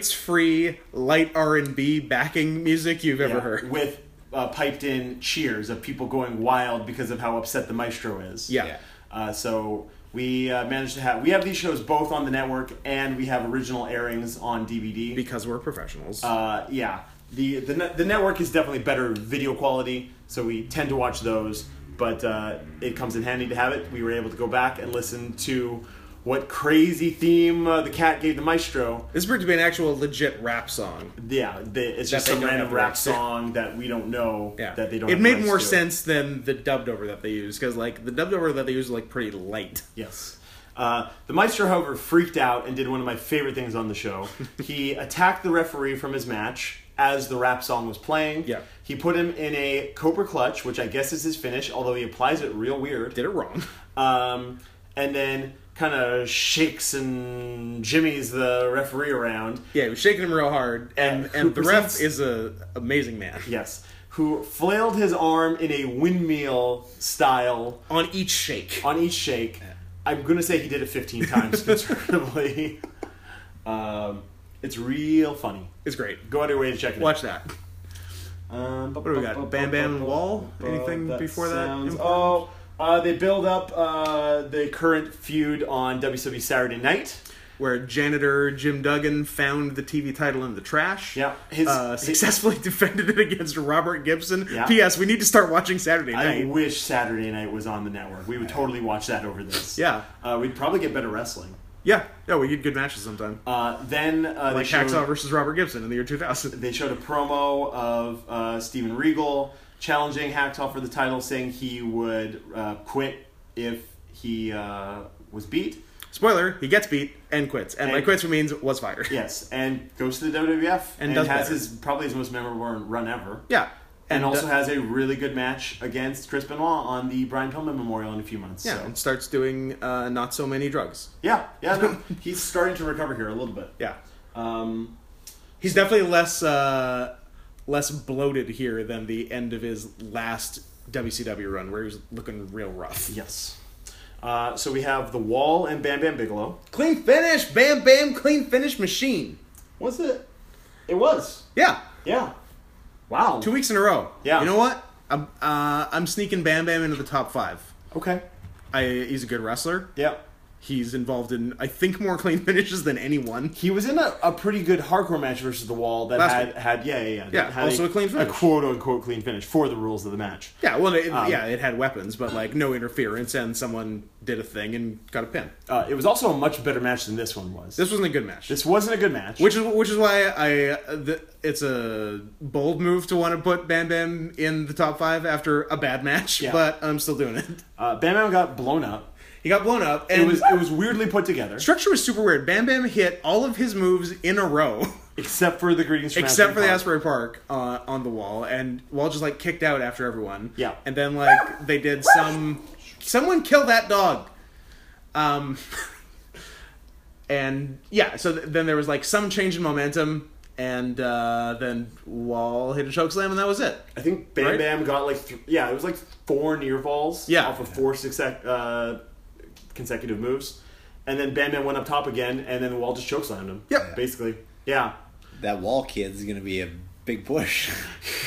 Speaker 3: rights-free light R and B backing music you've ever
Speaker 1: yeah,
Speaker 3: heard.
Speaker 1: With uh, piped in cheers of people going wild because of how upset the maestro is.
Speaker 3: Yeah.
Speaker 2: Yeah.
Speaker 1: Uh, so we uh, managed to have. We have these shows both on the network and we have original airings on DVD.
Speaker 3: because we're professionals.
Speaker 1: uh, yeah, the the ne- the network is definitely better video quality, so we tend to watch those. But uh, it comes in handy to have it. We were able to go back and listen to what crazy theme uh, the cat gave the maestro.
Speaker 3: This proved to be an actual legit rap song.
Speaker 1: Yeah, the, it's
Speaker 3: That
Speaker 1: just
Speaker 3: they
Speaker 1: some
Speaker 3: don't
Speaker 1: random
Speaker 3: have
Speaker 1: rap
Speaker 3: rights to.
Speaker 1: song that we don't know
Speaker 3: Yeah,
Speaker 1: that they don't.
Speaker 3: It
Speaker 1: have
Speaker 3: made
Speaker 1: rights
Speaker 3: more
Speaker 1: to.
Speaker 3: sense than the dubbed over that they used because like the dubbed over that they used was like pretty light.
Speaker 1: Yes. Uh, the Meister, however, freaked out and did one of my favorite things on the show. he attacked the referee from his match as the rap song was playing.
Speaker 3: Yeah.
Speaker 1: He put him in a Cobra Clutch, which I guess is his finish, although he applies it real weird.
Speaker 3: Did it wrong.
Speaker 1: Um, and then kind of shakes and jimmies the referee around.
Speaker 3: Yeah, he was shaking him real hard, and
Speaker 1: Yeah, who
Speaker 3: and the ref
Speaker 1: presents-
Speaker 3: is a amazing man
Speaker 1: Yes. Who flailed his arm in a windmill style
Speaker 3: on each shake.
Speaker 1: on each shake. I'm gonna say he did it 15 times conservatively. um, it's real funny.
Speaker 3: It's great.
Speaker 1: Go out of your way to check it.
Speaker 3: Watch that.
Speaker 1: out. Um,
Speaker 3: What do we got? Bam Bam Wall? Anything before that important?
Speaker 1: Oh, uh, they build up uh, the current feud on WWE Saturday Night.
Speaker 3: Where janitor Jim Duggan found the TV title in the trash.
Speaker 1: Yeah, his-
Speaker 3: uh,
Speaker 1: his-
Speaker 3: successfully defended it against Robert Gibson.
Speaker 1: Yeah.
Speaker 3: P.S. We need to start watching Saturday
Speaker 1: I
Speaker 3: Night.
Speaker 1: wish Saturday Night was on the network. We would totally watch that over this.
Speaker 3: Yeah.
Speaker 1: uh, we'd probably get better wrestling.
Speaker 3: yeah, yeah, we get good matches sometime.
Speaker 1: Uh, then uh,
Speaker 3: like
Speaker 1: they showed-
Speaker 3: Hacksaw versus Robert Gibson in the year 2000.
Speaker 1: they showed a promo of uh, Steven Regal challenging Hacksaw for the title, saying he would uh, quit if he uh, was beat.
Speaker 3: Spoiler: He gets beat and quits, and, by
Speaker 1: And-
Speaker 3: quits means was fired.
Speaker 1: Yes, and goes to the WWF
Speaker 3: And
Speaker 1: and,
Speaker 3: does
Speaker 1: has
Speaker 3: better.
Speaker 1: his probably his most memorable run ever.
Speaker 3: Yeah.
Speaker 1: And, also
Speaker 3: uh,
Speaker 1: has a really good match against Chris Benoit on the Brian Pillman Memorial in a few months.
Speaker 3: yeah,
Speaker 1: so.
Speaker 3: and starts doing uh, not so many drugs.
Speaker 1: yeah, yeah. No, he's starting to recover here a little bit.
Speaker 3: Yeah,
Speaker 1: Um,
Speaker 3: he's definitely less uh, less bloated here than the end of his last WCW run, where he was looking real rough.
Speaker 1: yes. Uh, so we have the Wall and Bam Bam Bigelow.
Speaker 3: Clean finish, bam bam, clean finish machine.
Speaker 1: Was it? It was.
Speaker 3: Yeah,
Speaker 1: Yeah. Wow.
Speaker 3: two weeks in a row.
Speaker 1: Yeah.
Speaker 3: you know what? I'm uh, I'm sneaking Bam Bam into the top five.
Speaker 1: Okay.
Speaker 3: I he's a good wrestler.
Speaker 1: Yeah.
Speaker 3: He's involved in I think more clean finishes than anyone.
Speaker 1: He was in a, a pretty good hardcore match versus the Wall that
Speaker 3: Last
Speaker 1: had,
Speaker 3: week.
Speaker 1: had yeah yeah yeah,
Speaker 3: Yeah,
Speaker 1: had
Speaker 3: also a clean finish.
Speaker 1: a quote unquote clean finish for the rules of the match.
Speaker 3: Yeah, well, it,
Speaker 1: Um,
Speaker 3: yeah, it had weapons, but like no interference, and someone did a thing and got a pin.
Speaker 1: Uh, it was also a much better match than this one was.
Speaker 3: This wasn't a good match,
Speaker 1: This wasn't a good match.
Speaker 3: which is which is why I uh, the, it's a bold move to want to put Bam Bam in the top five after a bad match,
Speaker 1: Yeah.
Speaker 3: but I'm still doing it.
Speaker 1: uh, Bam Bam got blown up.
Speaker 3: He got blown up, and
Speaker 1: It was it was weirdly put together,
Speaker 3: structure was super weird. Bam Bam hit all of his moves in a row.
Speaker 1: except for the greetings from Asbury
Speaker 3: Except for the
Speaker 1: Park.
Speaker 3: Asbury Park uh, on the wall, and Wall just like kicked out after everyone.
Speaker 1: Yeah.
Speaker 3: and then like they did some, someone kill that dog, um, and yeah. So th- then there was like some change in momentum, and uh, then Wall hit a choke slam, and that was it.
Speaker 1: I think Bam
Speaker 3: Right?
Speaker 1: Bam got like th- yeah, it was like four near falls
Speaker 3: Yeah.
Speaker 1: off of four success, uh, consecutive moves, and then Bam Bam went up top again, and then the Wall just chokeslammed him.
Speaker 3: Yep.
Speaker 1: basically. Yeah,
Speaker 2: That wall kid's gonna be a big push.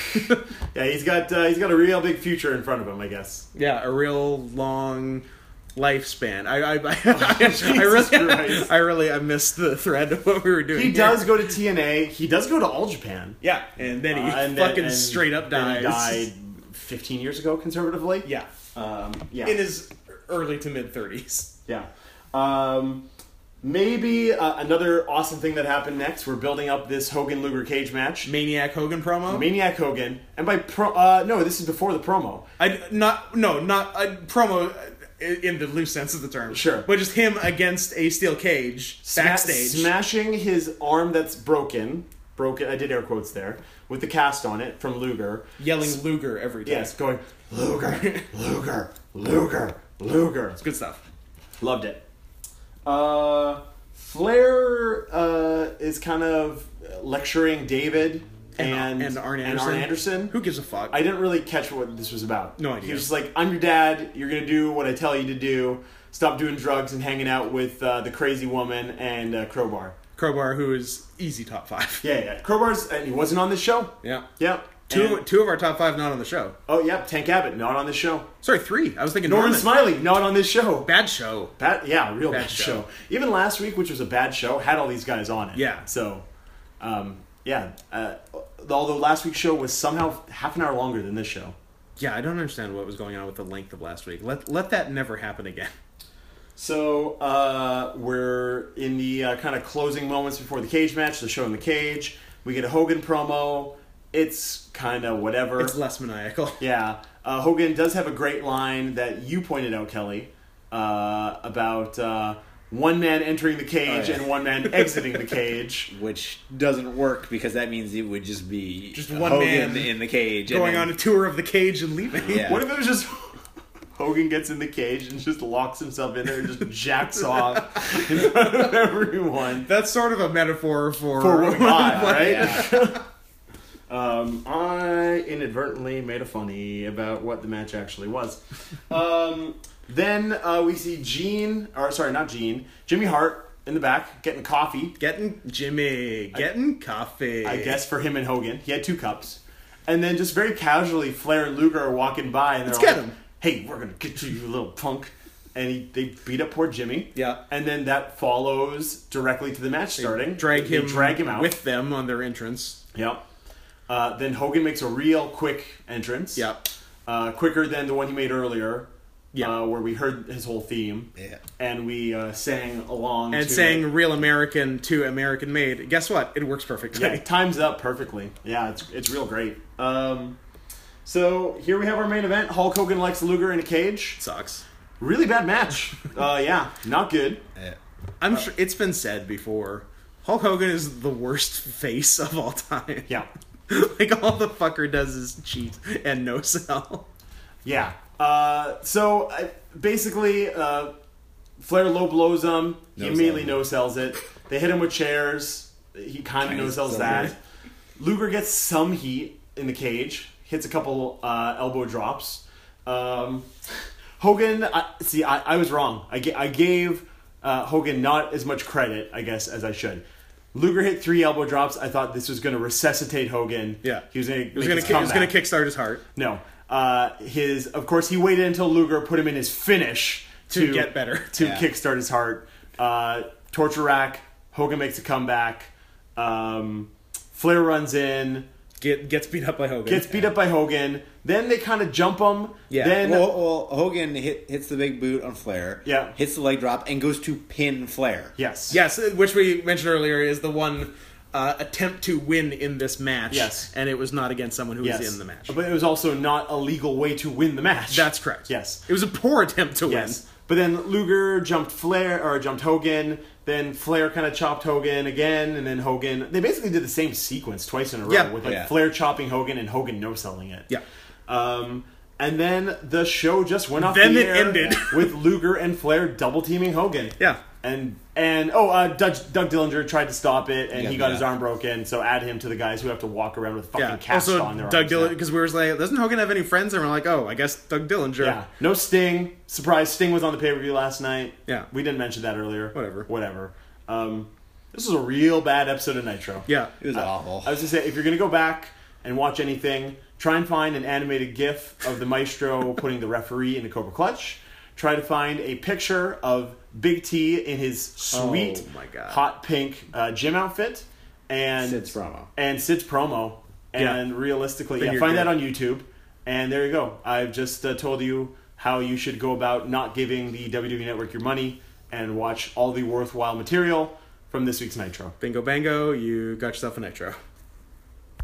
Speaker 1: Yeah, he's got uh, he's got a real big future in front of him, I guess.
Speaker 3: Yeah, a real long lifespan. I I, I, I
Speaker 1: Oh, Jesus
Speaker 3: really
Speaker 1: Christ.
Speaker 3: I really I missed the thread of what we were doing.
Speaker 1: He
Speaker 3: here.
Speaker 1: does go to TNA. He does go to All Japan.
Speaker 3: Yeah, and then he
Speaker 1: Uh, and then-
Speaker 3: fucking
Speaker 1: and
Speaker 3: straight up
Speaker 1: then he
Speaker 3: dies.
Speaker 1: died 15 years ago, conservatively.
Speaker 3: Yeah.
Speaker 1: Um, yeah.
Speaker 3: in his early to mid 30s.
Speaker 1: yeah. Um, maybe uh, another awesome thing that happened next. We're building up this Hogan Luger cage match.
Speaker 3: Maniac Hogan promo.
Speaker 1: Maniac Hogan, and by pro, uh, no, this is before the promo.
Speaker 3: I not no not a promo uh, in in the loose sense of the term.
Speaker 1: Sure.
Speaker 3: but just him against a steel cage
Speaker 1: Sma-
Speaker 3: backstage.
Speaker 1: smashing his arm that's broken, broken. I did air quotes there with the cast on it from Luger.
Speaker 3: Yelling Luger every time.
Speaker 1: Yes, going Luger, Luger, Luger, Luger.
Speaker 3: Good stuff.
Speaker 1: Loved it. Uh, Flair uh, is kind of lecturing David and
Speaker 3: and, Arn
Speaker 1: and
Speaker 3: Anderson.
Speaker 1: Arn Anderson.
Speaker 3: Who gives a fuck?
Speaker 1: I didn't really catch what this was about.
Speaker 3: No idea.
Speaker 1: He was just like, "I'm your dad. You're gonna do what I tell you to do. Stop doing drugs and hanging out with uh, the crazy woman and uh, Crowbar."
Speaker 3: Crowbar, who is easy top five.
Speaker 1: Yeah, yeah. Crowbar's and he wasn't on this show.
Speaker 3: Yeah.
Speaker 1: Yeah.
Speaker 3: Two
Speaker 1: And-
Speaker 3: two of our top five not on the show.
Speaker 1: oh, yeah. Tank Abbott not on this show.
Speaker 3: Sorry, three. I was thinking
Speaker 1: Norman
Speaker 3: Norman.
Speaker 1: Smiley not on this show.
Speaker 3: Bad show.
Speaker 1: Bad, yeah, real bad,
Speaker 3: show.
Speaker 1: show. Even last week, which was a bad show, had all these guys on it.
Speaker 3: Yeah.
Speaker 1: So, um, yeah. Uh, although last week's show was somehow half an hour longer than this show.
Speaker 3: Yeah, I don't understand what was going on with the length of last week. Let let that never happen again.
Speaker 1: So uh, we're in the uh, kind of closing moments before the cage match. They're showing the cage. We get a Hogan promo. It's kind of whatever.
Speaker 3: It's less maniacal.
Speaker 1: Yeah. Uh, Hogan does have a great line that you pointed out, Kelly, uh, about uh, one man entering the cage
Speaker 3: Oh,
Speaker 2: yeah.
Speaker 1: and one man exiting the cage.
Speaker 2: Which doesn't work because that means it would just be
Speaker 3: Just one
Speaker 2: Hogan
Speaker 3: man
Speaker 2: in the cage and
Speaker 3: Going
Speaker 2: then-
Speaker 3: on a tour of the cage and leaving.
Speaker 2: Yeah.
Speaker 1: What if it was just Hogan gets in the cage and just locks himself in there and just jacks off in front of everyone?
Speaker 3: That's sort of a metaphor for,
Speaker 1: For what we got,
Speaker 3: what-
Speaker 1: right?
Speaker 2: Yeah.
Speaker 1: Um, I inadvertently made a funny about what the match actually was. Um, then uh, we see Gene, or sorry, not Gene, Jimmy Hart in the back getting coffee.
Speaker 3: Getting Jimmy, getting coffee.
Speaker 1: I guess for him and Hogan, he had two cups, and then just very casually, Flair and Luger are walking by, and they're
Speaker 3: Let's get
Speaker 1: like,
Speaker 3: him.
Speaker 1: "Hey, we're gonna get you, you little punk." And he, they beat up poor Jimmy.
Speaker 3: Yeah.
Speaker 1: And then that follows directly to the match starting.
Speaker 3: Drag
Speaker 1: They
Speaker 3: him,
Speaker 1: drag him out.
Speaker 3: with them on their entrance.
Speaker 1: Yep. Uh, then Hogan makes a real quick entrance.
Speaker 3: Yep.
Speaker 1: Uh, quicker than the one he made earlier.
Speaker 3: Yeah.
Speaker 1: Uh, where we heard his whole theme.
Speaker 2: Yeah.
Speaker 1: And we uh, sang along.
Speaker 3: And
Speaker 1: to
Speaker 3: saying
Speaker 1: it.
Speaker 3: "real American" to "American made." Guess what? It works perfectly.
Speaker 1: Yeah, it times up perfectly. Yeah, it's it's real great. Um, so here we have our main event: Hulk Hogan, Lex Luger in a cage.
Speaker 3: Sucks.
Speaker 1: Really bad match. Uh, yeah, not good.
Speaker 2: Yeah.
Speaker 3: I'm sure it's been said before. Hulk Hogan is the worst face of all time.
Speaker 1: Yeah,
Speaker 3: like all the fucker does is cheat and no sell.
Speaker 1: yeah. Uh, so I, basically, uh, Flair low blows him. He
Speaker 2: No
Speaker 1: immediately
Speaker 2: sell.
Speaker 1: no sells it. They hit him with chairs. He kind of
Speaker 2: Kinda
Speaker 1: no sells
Speaker 2: sell
Speaker 1: that.
Speaker 2: it.
Speaker 1: Luger gets some heat in the cage. Hits a couple uh, elbow drops. Um, Hogan, I, see, I, I was wrong. I, ga- I gave uh, Hogan not as much credit, I guess, as I should. Luger hit three elbow drops. I thought this was going to resuscitate Hogan.
Speaker 3: Yeah.
Speaker 1: he was going
Speaker 3: It was gonna,
Speaker 1: to
Speaker 3: ki- it was gonna kickstart his heart.
Speaker 1: no. Uh, his, of course, he waited until Luger put him in his finish
Speaker 3: To get better.
Speaker 1: to
Speaker 2: Yeah.
Speaker 1: kickstart his heart. Uh, torture rack. Hogan makes a comeback. Um, Flair runs in,
Speaker 3: Get gets beat up by Hogan.
Speaker 1: gets beat up by Hogan. Then they kind of jump him.
Speaker 3: Yeah.
Speaker 1: Then
Speaker 2: Well, well, Hogan hit, hits the big boot on Flair.
Speaker 1: Yeah.
Speaker 2: Hits the leg drop and goes to pin Flair.
Speaker 1: yes,
Speaker 3: Yes, uh, which we mentioned earlier is the one uh, attempt to win in this match.
Speaker 1: Yes.
Speaker 3: and it was not against someone who
Speaker 1: yes,
Speaker 3: was in the match.
Speaker 1: But it was also not a legal way to win the match.
Speaker 3: That's correct.
Speaker 1: Yes.
Speaker 3: it was a poor attempt to
Speaker 1: Yes. But then Luger jumped Flair or jumped Hogan. Then Flair kind of chopped Hogan again, and then Hogan. They basically did the same sequence twice in a row
Speaker 3: Yeah.
Speaker 1: with like
Speaker 2: Yeah.
Speaker 1: Flair chopping Hogan and Hogan no selling it.
Speaker 3: Yeah.
Speaker 1: Um, and then the show just went off.
Speaker 3: Then
Speaker 1: the
Speaker 3: it
Speaker 1: air
Speaker 3: ended.
Speaker 1: with Luger and Flair double teaming Hogan.
Speaker 3: Yeah.
Speaker 1: And and oh, uh, Doug, Doug Dillinger tried to stop it, and
Speaker 2: Yeah,
Speaker 1: he got
Speaker 2: yeah.
Speaker 1: his arm broken. So add him to the guys who have to walk around with fucking
Speaker 3: win. Yeah.
Speaker 1: casts
Speaker 3: Also,
Speaker 1: on their
Speaker 3: Doug
Speaker 1: arms now.
Speaker 3: Dillinger because we were like, doesn't Hogan have any friends? And we're like, oh, I guess Doug Dillinger.
Speaker 1: Yeah. No Sting. Surprise, Sting was on the pay per view last night.
Speaker 3: Yeah.
Speaker 1: We didn't mention that earlier.
Speaker 3: Whatever.
Speaker 1: Whatever. Um, this is a real bad episode of Nitro.
Speaker 3: Yeah.
Speaker 1: Uh,
Speaker 2: It was awful.
Speaker 1: I was gonna say if you're gonna go back and watch anything, try and find an animated GIF of the maestro putting the referee in a Cobra Clutch. Try to find a picture of Big T in his sweet,
Speaker 3: Oh my God.
Speaker 1: hot pink uh, gym outfit, and
Speaker 2: Sid's promo.
Speaker 1: and Sid's promo,
Speaker 3: Yeah.
Speaker 1: and realistically, yeah,
Speaker 3: Figure
Speaker 1: find
Speaker 3: good.
Speaker 1: that on YouTube. And there you go. I've just uh, told you how you should go about not giving the WWE Network your money and watch all the worthwhile material from this week's Nitro.
Speaker 3: Bingo, bango! You got yourself a nitro.